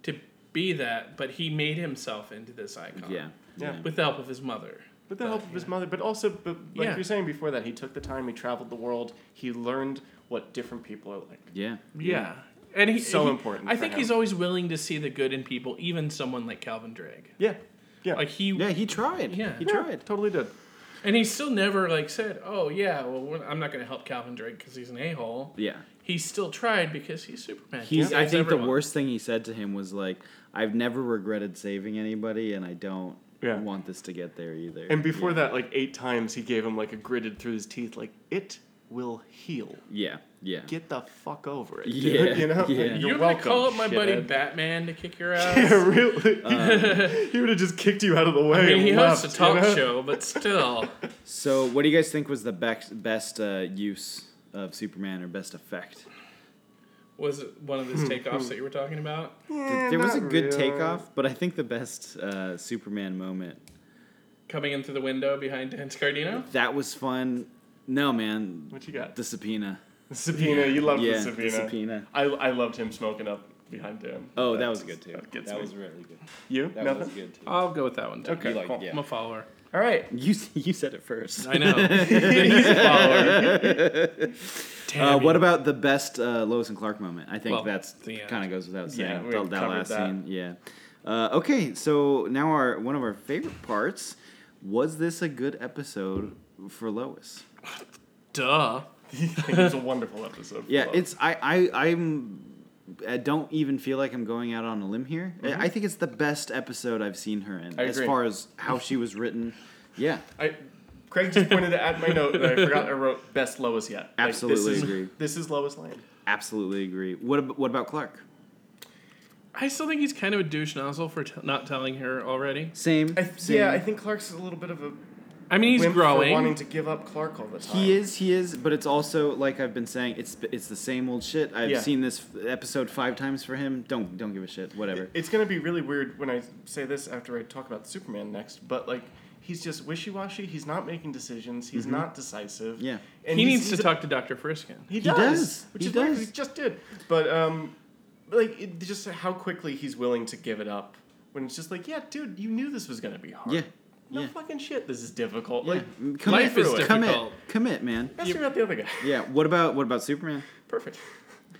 S2: to be that. But he made himself into this icon.
S1: yeah.
S3: Yeah.
S2: With the help of his mother.
S3: With the help of his mother, but also, but like
S2: Yeah.
S3: you were saying before that, he took the time, he traveled the world, he learned what different people are like.
S1: Yeah.
S2: Yeah. And he's
S3: So important
S2: I
S3: for
S2: think
S3: him.
S2: he's always willing to see the good in people, even someone like Calvin Drake.
S3: Yeah. Yeah.
S2: Like he,
S1: Yeah, he tried.
S2: Yeah.
S1: He
S2: Yeah.
S1: tried.
S3: Totally did.
S2: and he still never like said, "Oh yeah, well we're, I'm not going to help Calvin Drake because he's an a hole."
S1: Yeah.
S2: He still tried because he's Superman.
S1: He's. I
S2: saves
S1: think
S2: everyone.
S1: the worst thing he said to him was like, "I've never regretted saving anybody, and I don't
S3: Yeah.
S1: want this to get there either."
S3: And before
S1: yeah.
S3: that, like eight times, he gave him like a gritted through his teeth, like it will heal.
S1: yeah, yeah,
S3: Get the fuck over it. dude."
S1: Yeah,
S3: you know.
S1: yeah.
S3: You're,
S2: You're, gonna
S3: welcome.
S2: call up my buddy
S3: shithead.
S2: Batman to kick your ass.
S3: Yeah, really.
S1: Uh.
S3: he would have just kicked you out of the way.
S2: I mean, he
S3: and
S2: hosts
S3: left,
S2: a talk
S3: you know?
S2: show, but still,
S1: So, what do you guys think was the best best uh, use of Superman or best effect?
S2: was it one of his takeoffs that you were talking about?
S1: Th- there was a
S3: not
S1: good
S3: really.
S1: takeoff, but I think the best uh, Superman moment
S2: Coming in through the window behind Dan Scardino.
S1: that was fun. No, man,
S3: What you got?
S1: the subpoena.
S3: subpoena. You loved
S1: yeah,
S3: the subpoena.
S1: the subpoena.
S3: I, I loved him smoking up behind him.
S1: Oh, that was good too.
S3: That gets
S1: That
S3: me.
S1: was really good.
S3: you.
S1: That
S3: Nothing.
S1: was good too.
S2: I'll go with that one. Too.
S3: Okay,
S1: You like-
S3: cool.
S1: yeah.
S2: I'm a follower.
S3: All right.
S1: You s- you said it first.
S2: I know.
S3: He's a follower.
S1: Uh,
S2: Damn
S1: what
S2: you.
S1: about the best uh, Lois and Clark moment? I think
S2: Well,
S1: that's
S2: the end.
S1: kind of goes without saying.
S3: Yeah, we
S1: Th- that,
S3: covered
S1: last
S3: that.
S1: scene, yeah. Uh, okay, so now our one of our favorite parts was this a good episode for Lois?
S2: duh?
S3: it was a wonderful episode.
S1: Yeah,
S3: Love.
S1: it's I I I'm I don't even feel like I'm going out on a limb here. I- I think it's the best episode I've seen her in
S3: Mm-hmm. I
S1: as
S3: agree.
S1: far as how she was written. Yeah,
S3: I, Craig just pointed it at my note that I forgot I wrote best Lois yet. Like,
S1: Absolutely
S3: this is,
S1: agree.
S3: This is Lois Lane.
S1: absolutely agree. What ab- what about Clark?
S2: I still think he's kind of a douche nozzle for t- not telling her already.
S1: Same.
S3: I th-
S1: same.
S3: yeah, I think Clark's a little bit of a
S2: I mean, he's
S3: wimp for wanting
S2: growing.
S3: to give up Clark all the time.
S1: He is, he is, but it's also like I've been saying, it's it's the same old shit. I've
S3: Yeah.
S1: seen this f- episode five times for him. Don't don't give a shit. Whatever.
S3: It's gonna be really weird when I say this after I talk about Superman next, but like he's just wishy washy. He's not making decisions. He's not decisive.
S1: Mm-hmm. Yeah.
S3: and
S2: He
S3: he's-
S2: needs to
S3: he's a-
S2: talk to Dr. Friskin.
S3: He
S1: does.
S3: does. Which
S1: He
S3: is weird 'cause
S1: does.
S3: he just did. But um, like it, just how quickly he's willing to give it up when it's just like, yeah, dude, you knew this was gonna be hard.
S1: yeah.
S3: No
S1: yeah.
S3: fucking shit. This is difficult.
S1: yeah.
S3: Like
S1: Commit,
S2: Life is
S1: commit,
S2: difficult.
S1: commit, man.
S3: ask me about the other guy.
S1: Yeah. What about what about Superman?
S3: Perfect.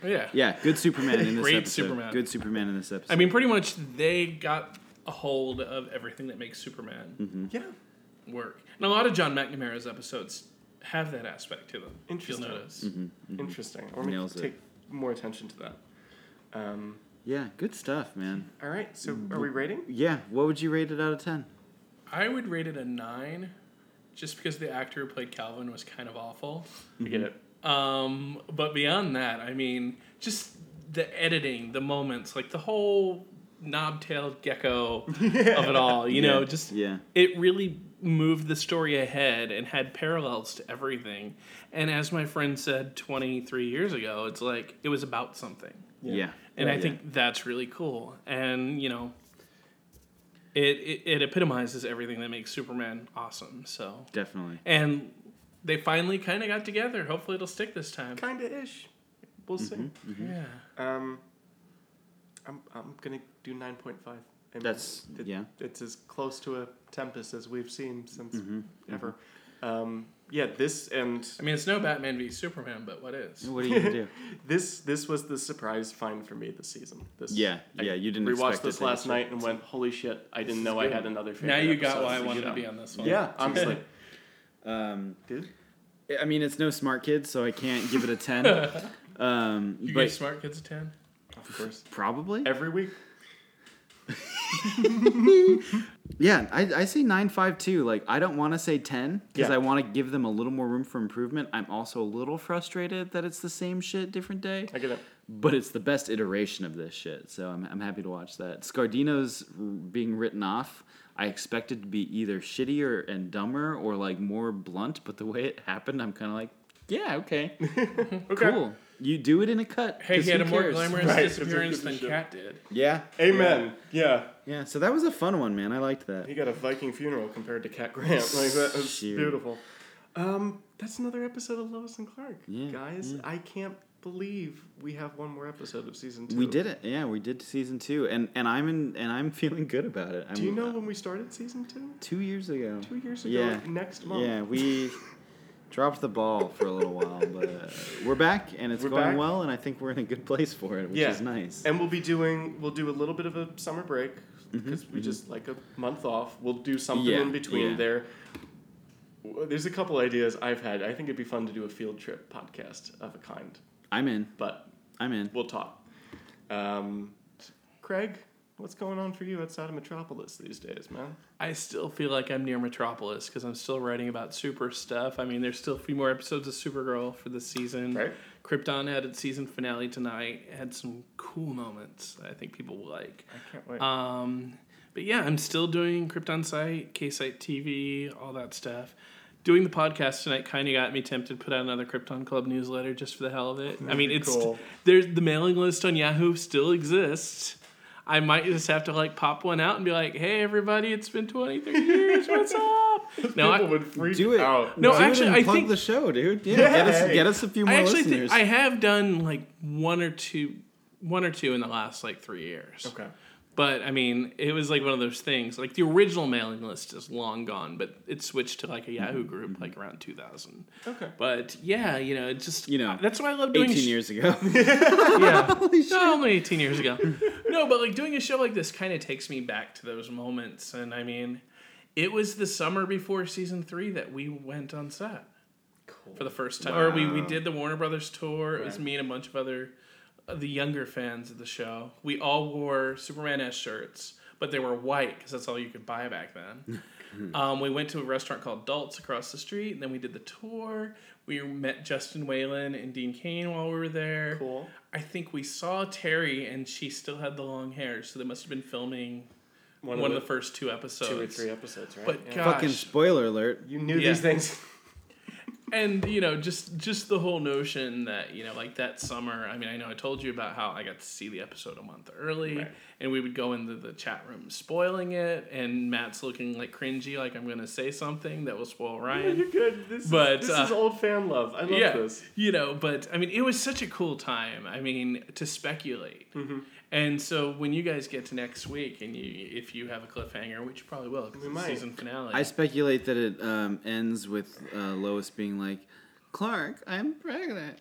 S2: Yeah.
S1: Yeah. Good Superman in this
S2: Great
S1: episode.
S2: Superman.
S1: Good Superman in this episode.
S2: I mean, pretty much they got a hold of everything that makes Superman
S1: Mm-hmm.
S3: Yeah.
S2: work. And a lot of John McNamara's episodes have that aspect to them.
S3: Interesting.
S2: You'll notice.
S3: Interesting. Or
S1: Mm-hmm,
S3: me
S1: Nails
S3: to
S1: it.
S3: take more attention to that. Um,
S1: yeah. Good stuff, man.
S3: all right. So
S1: Mm-hmm.
S3: are we rating?
S1: Yeah. What would you rate it out of ten?
S2: I would rate it a nine, just because the actor who played Calvin was kind of awful.
S3: We
S1: Mm-hmm.
S3: get it.
S2: Um, but beyond that, I mean, just the editing, the moments, like the whole knob-tailed gecko of it all. You know,
S1: Yeah,
S2: just
S1: yeah.
S2: it really moved the story ahead and had parallels to everything. And as my friend said 23 years ago, it's like it was about something.
S1: Yeah.
S2: And I
S1: Yeah.
S2: think that's really cool. And you know, it, it it epitomizes everything that makes Superman awesome. So
S1: definitely.
S2: and they finally kind of got together. Hopefully, it'll stick this time.
S3: Kinda ish. We'll
S1: Mm-hmm.
S3: see.
S2: Yeah.
S3: Um, I'm I'm gonna do nine point five.
S1: That's- yeah.
S3: It's as close to a tempest as we've seen since
S1: Mm-hmm,
S3: ever. Um, yeah. This and
S2: I mean, it's no Batman v Superman, but what is?
S1: What are you gonna do?
S3: this this was the surprise find for me this season. This
S1: Yeah, yeah, you didn't
S3: rewatched
S1: expect it
S3: this
S1: to be
S3: last
S1: so-
S3: night and went, holy shit! I didn't know I had another. Favorite
S2: Now you got
S3: episode
S2: why I
S3: to
S2: wanted
S3: get
S2: to be on this one.
S3: Yeah, honestly,
S1: Um,
S3: dude.
S1: I mean, it's no smart kid, so I can't give it a ten. um,
S2: You
S1: but
S2: gave Smart Kids a ten.
S3: Of course,
S1: probably.
S3: every week.
S1: Yeah, I, I say nine five two. Like I don't want to say ten because
S3: Yeah.
S1: I want to give them a little more room for improvement. I'm also a little frustrated that it's the same shit, different day.
S3: I get it.
S1: But it's the best iteration of this shit, so I'm I'm happy to watch that. Scardino's r- being written off. I expected to be either shittier and dumber or like more blunt, but the way it happened, I'm kind of like, yeah, okay,
S3: Okay.
S1: cool. You do it in a cut.
S2: Hey,
S1: 'cause
S2: he
S1: who
S2: had a more
S1: cares?
S2: glamorous
S3: Right, it's a
S2: disappearance
S3: good
S2: than
S3: show.
S2: Cat did.
S1: Yeah,
S3: Amen. yeah.
S1: yeah. So that was a fun one, man. I liked that.
S3: He got a Viking funeral compared to Cat Grant. Like that was
S1: Shoot.
S3: beautiful. Um, that's another episode of Lois and Clark.
S1: Yeah,
S3: Guys, I can't believe we have one more episode of season two.
S1: We did it. Yeah, we did season two, and and I'm in, and I'm feeling good about it. I'm,
S3: Do you know when we started season two?
S1: Two years ago.
S3: Two years ago.
S1: Yeah.
S3: Next month.
S1: Yeah, we dropped the ball for a little while, but uh, we're back and it's
S3: We're
S1: going
S3: back.
S1: well, and I think we're in a good place for it, which
S3: Yeah.
S1: is nice. Mm-hmm,
S3: And we'll be doing. We'll do a little bit of a summer break because we just like a month off. We'll do something
S1: Yeah,
S3: in between
S1: yeah.
S3: there. W- There's a couple ideas I've had. I think it'd be fun to do a field trip podcast of a kind.
S1: I'm in.
S9: But
S1: I'm in.
S9: we'll talk. Um,
S3: Craig, what's going on for you outside of Metropolis these days, man?
S2: I still feel like I'm near Metropolis because I'm still writing about super stuff. I mean, there's still a few more episodes of Supergirl for this season.
S3: Right.
S2: Krypton had its season finale tonight. It had some cool moments that I think people will like.
S3: Can't wait.
S2: Um, but yeah, I'm still doing Krypton Site, K Site TV, all that stuff. Doing the podcast tonight kind of got me tempted to put out another Krypton Club newsletter just for the hell of it. I mean, it's
S3: cool.
S2: there's the mailing list on Yahoo still exists. I might just have to like pop one out and be like, "Hey, everybody, it's been 23 years. What's up?" No, I,
S3: People would freak
S1: Do it.
S3: out.
S2: No,
S1: Do it
S2: actually,
S1: and
S2: I
S1: plug
S2: think-
S1: the show, dude. Yeah,
S3: Yeah.
S1: Get, us, get us a few more
S2: I actually
S1: listeners.
S2: think I have done like one or two, one or two in the last like three years.
S3: Okay.
S2: But I mean, it was like one of those things. Like the original mailing list is long gone, but it switched to like a Yahoo group like around 2000.
S3: Okay.
S2: But yeah, you know, it just
S1: You know,
S2: that's why I love doing
S1: 18
S2: sh-
S1: years ago.
S2: yeah. No, only 18 years ago. no, but like doing a show like this kind of takes me back to those moments. And I mean, it was the summer before season three that we went on set for the first time. Or we, we did the Warner Brothers tour. It was me and a bunch of other, uh, the younger fans of the show. We all wore Superman S shirts, but they were white because that's all you could buy back then. Um, we went to a restaurant called Dalt's across the street, and then we did the tour. We met Justin Whalen and Dean Kane while we were there.
S3: Cool.
S2: I think we saw Terry, and she still had the long hair, so they must have been filming one, of the, first two episodes.
S3: two or three episodes, right?
S2: But
S3: Yeah.
S2: gosh,
S1: Fucking spoiler alert.
S3: you knew
S2: Yeah.
S3: these things.
S2: and you know, just just the whole notion that you know, like that summer. I mean, I know I told you about how I got to see the episode a month early,
S3: Right.
S2: and we would go into the chat room spoiling it, and Matt's looking like cringy, like I'm going to say something that will spoil Ryan.
S3: You're good. This,
S2: But,
S3: is, this
S2: uh,
S3: is old fan love. I love this.
S2: You know, but I mean, it was such a cool time. I mean, to speculate.
S3: Mm-hmm.
S2: And so when you guys get to next week and you if you have a cliffhanger, which you probably will because it's
S3: might.
S2: the season finale.
S1: I speculate that it um, ends with uh, Lois being like, Clark, I'm pregnant.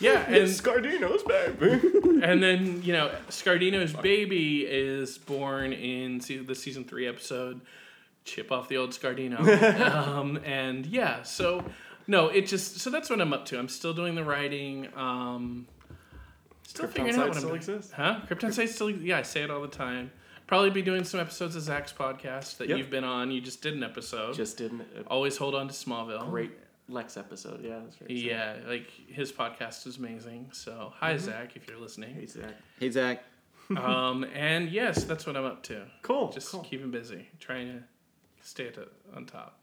S2: yeah, and
S3: Scardino's baby.
S2: and then, you know, Scardino's baby is born in se- the season 3 episode Chip off the old Scardino. um, and yeah, so no, it just so that's what I'm up to. I'm still doing the writing um still
S3: Krypton
S2: figuring
S3: site
S2: out what I'm
S3: still
S2: doing.
S3: exists?
S2: Huh? Krypton site still yeah, I say it all the time. Probably be doing some episodes of Zach's podcast that
S3: Yep.
S2: you've been on. You just did an episode.
S9: just did
S3: uh,
S9: a
S2: Always hold on to Smallville.
S9: great Lex episode. Yeah, that's right.
S2: Yeah, like his podcast is amazing. So hi Zach, if you're listening.
S1: Hey, Zach.
S2: um, and yes, that's what I'm up to.
S3: Cool.
S2: Just
S3: Oh, cool.
S2: keeping busy, trying to stay at on top.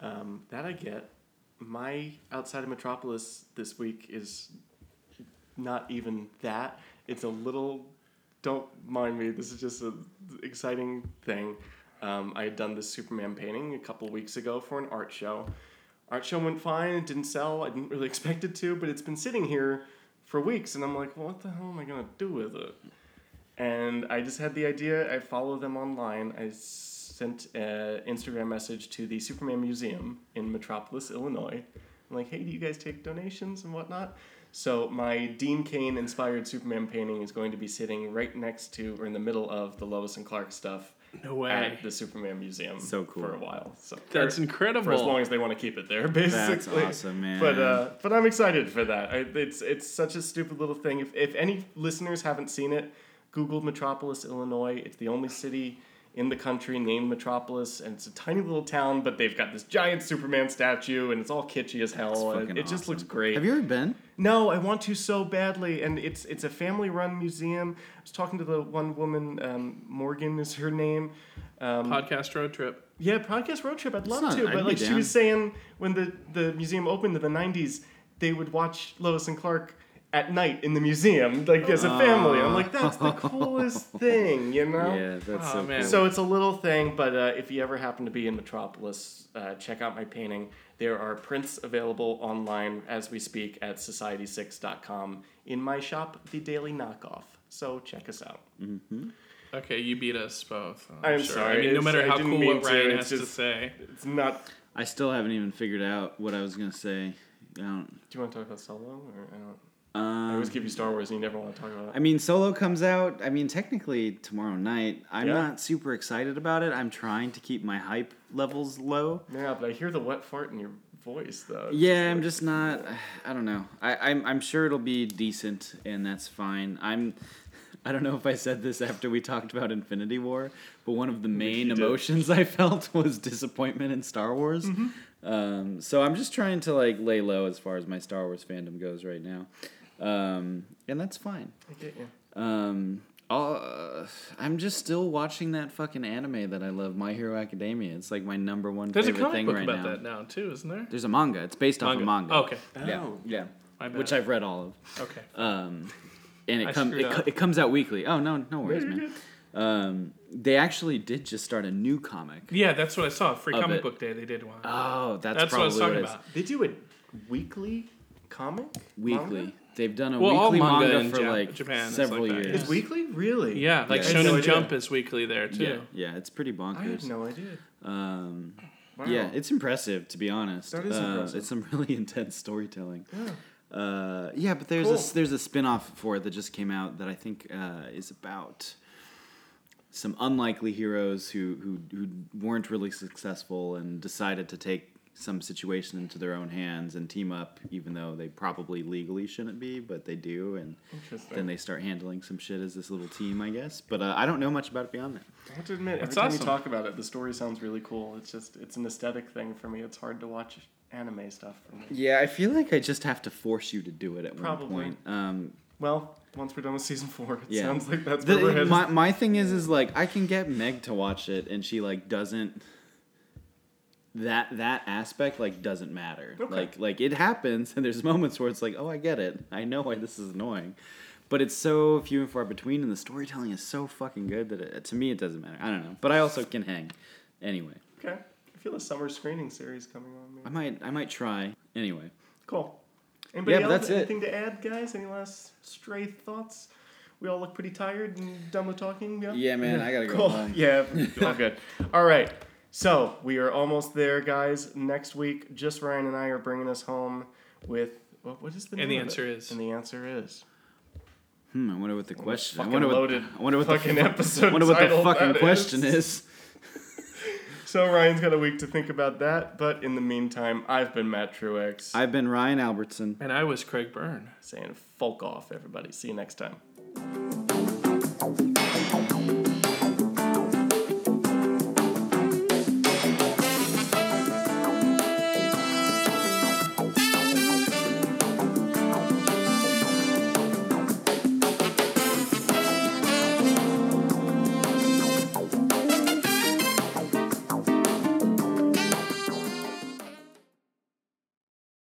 S9: Um,
S3: That I get. My outside of Metropolis this week is not even that. It's a little. Don't mind me. This is just an exciting thing. Um, I had done this Superman painting a couple weeks ago for an art show. Art show went fine. It didn't sell. I didn't really expect it to, but it's been sitting here for weeks, and I'm like, what the hell am I gonna do with it? and I just had the idea. I follow them online. I sent an Instagram message to the Superman Museum in Metropolis, Illinois. I'm like, hey, do you guys take donations and whatnot? So my Dean Kane inspired Superman painting is going to be sitting right next to or in the middle of the Lois and Clark stuff.
S2: No way.
S3: At the Superman Museum.
S1: So cool.
S3: For a while. So
S2: That's
S3: or-
S2: incredible.
S3: For as long as they want to keep it there, basically.
S1: awesome, man.
S3: But uh, but I'm excited for that. I, it's it's such a stupid little thing. If if any listeners haven't seen it, Google Metropolis, Illinois. It's the only city in the country named Metropolis, and it's a tiny little town. But they've got this giant Superman statue, and it's all kitschy as hell. and
S1: fucking
S3: Oh, it just looks great.
S1: Have you ever been?
S3: No, I want to so badly, and it's it's a family-run museum. I was talking to the one woman, um, Morgan is her name.
S2: Podcast road trip.
S3: Yeah, podcast road trip. I'd love
S1: not-
S3: to,
S1: I'd
S3: but
S1: be
S3: like she
S1: down.
S3: was saying, when the the museum opened in the '90s, they would watch Lois and Clark at night in the museum, like as a family. I'm like, that's the coolest thing, you know.
S1: Ah. Yeah, that's
S2: Oh,
S1: so
S2: man.
S1: cool.
S3: So it's a little thing, but uh, if you ever happen to be in Metropolis, uh, check out my painting. There are prints available online as we speak at society6.com in my shop, The Daily Knockoff. So check us out.
S2: Okay, you beat us both. I'm,
S3: I'm
S2: sure.
S3: sorry,
S2: I mean, no
S3: it's-
S2: matter
S3: I
S2: how
S3: didn't
S2: cool
S3: mean
S2: what
S3: to,
S2: Ryan
S3: it's
S2: has to
S3: just-
S2: say.
S3: It's not. Do
S1: I still haven't even figured out what I was going to say. I don't.
S3: you want to talk about Solo or I don't? I
S1: Um,
S3: always give you Star Wars, and you never want to talk about it.
S1: I mean, Solo comes out. I mean, technically tomorrow night. I'm
S3: Yeah.
S1: not super excited about it. I'm trying to keep my hype levels low.
S3: Yeah, but I hear the wet fart in your voice though.
S1: Yeah, I'm just not. I don't know. I, I'm I'm sure it'll be decent, and that's fine. I'm. I don't know if I said this after we talked about Infinity War, but one of the main
S3: you did.
S1: emotions I felt was disappointment in Star Wars.
S2: Mm-hmm.
S1: Um, so I'm just trying to like lay low as far as my Star Wars fandom goes right now, um, and that's fine.
S3: I get you.
S1: Um, I'll- uh, I'm just still watching that fucking anime that I love, My Hero Academia. It's like my number one
S2: There's a
S1: favorite
S2: comic
S1: thing
S2: book
S1: right
S2: about
S1: now.
S2: that now too, isn't there?
S1: There's a manga. It's based off a manga.
S2: Oh, okay.
S1: Yeah,
S9: Oh.
S1: yeah.
S2: My bad.
S1: Which I've read all of.
S2: Okay.
S1: Um, and
S2: I
S1: it comes
S2: screwed
S1: it, co-
S2: up.
S1: it comes out weekly. Oh no, no worries, man. Um, they actually did just start a new comic.
S2: yeah, that's what I saw. Free
S1: Of
S2: comic
S1: it.
S2: book day. They did one.
S1: Oh, that's,
S2: that's what I
S1: probably
S2: was talking
S1: it is.
S2: about.
S3: They do a weekly comic.
S1: Weekly.
S3: Manga?
S1: They've done a
S2: Well, all
S1: weekly
S2: manga
S1: manga,
S2: in
S1: for
S2: Jap-
S1: like
S2: Japan is
S1: several
S2: like that,
S1: years.
S3: It's weekly, really.
S2: Yeah, like
S1: Yeah,
S3: I had
S2: Shonen
S3: no idea.
S2: Jump is weekly there too.
S1: Yeah, yeah, it's pretty
S3: I had
S1: bonkers.
S3: no idea.
S1: Um,
S3: Wow.
S1: Yeah, it's impressive to be honest.
S3: That is
S1: Uh,
S3: impressive.
S1: It's some really intense storytelling.
S3: Yeah.
S1: Uh, yeah, but there's
S3: Cool.
S1: a s- there's a spin-off for it that just came out that I think uh, is about some unlikely heroes who, who who weren't really successful and decided to take some situation into their own hands and team up even though they probably legally shouldn't be but they do and
S3: Interesting.
S1: then they start handling some shit as this little team I guess but uh, I don't know much about it beyond that
S3: I have to admit, every
S2: That's
S3: time
S2: awesome.
S3: you talk about it, the story sounds really cool. It's just it's an aesthetic thing for me. It's hard to watch anime stuff for me.
S1: yeah I feel like I just have to force you to do it at
S3: Probably.
S1: one point um,
S3: Well, once we're done with season four, it
S1: Yeah.
S3: sounds like that's
S1: The-
S3: where we're headed.
S1: my, my thing is is like I can get Meg to watch it and she like doesn't that that aspect like doesn't matter.
S3: Okay.
S1: Like like it happens and there's moments where it's like, "Oh, I get it. I know why this is annoying." But it's so few and far between and the storytelling is so fucking good that it, to me it doesn't matter. I don't know. But I also can hang. Anyway,
S3: okay. I feel a summer screening series coming on.
S1: I
S3: Maybe.
S1: might I might try. Anyway,
S3: Cool.
S1: but
S3: Anybody else?
S1: that's it.
S3: Anything to add, guys? Any last stray thoughts? We all look pretty tired and done with talking. Yeah.
S1: yeah, man, I gotta go
S3: Cool.
S1: home.
S3: Yeah, all good. All right. So we are almost there, guys. Next week, just Ryan and I are bringing us home with what, what is the name
S2: And the
S3: of
S2: answer
S3: it?
S2: is.
S3: And the answer is
S1: Hmm, I wonder what the question. I
S3: fucking
S1: wonder what.
S3: loaded.
S1: I wonder what the
S3: fucking
S1: fu-
S3: episode.
S1: I wonder what the
S3: title
S1: fucking
S3: that
S1: question is.
S3: So Ryan's got a week to think about that. But in the meantime, I've been Matt Truex
S1: I've been Ryan Albertson.
S2: And I was Craig Byrne.
S3: saying folk off, everybody. See you next time.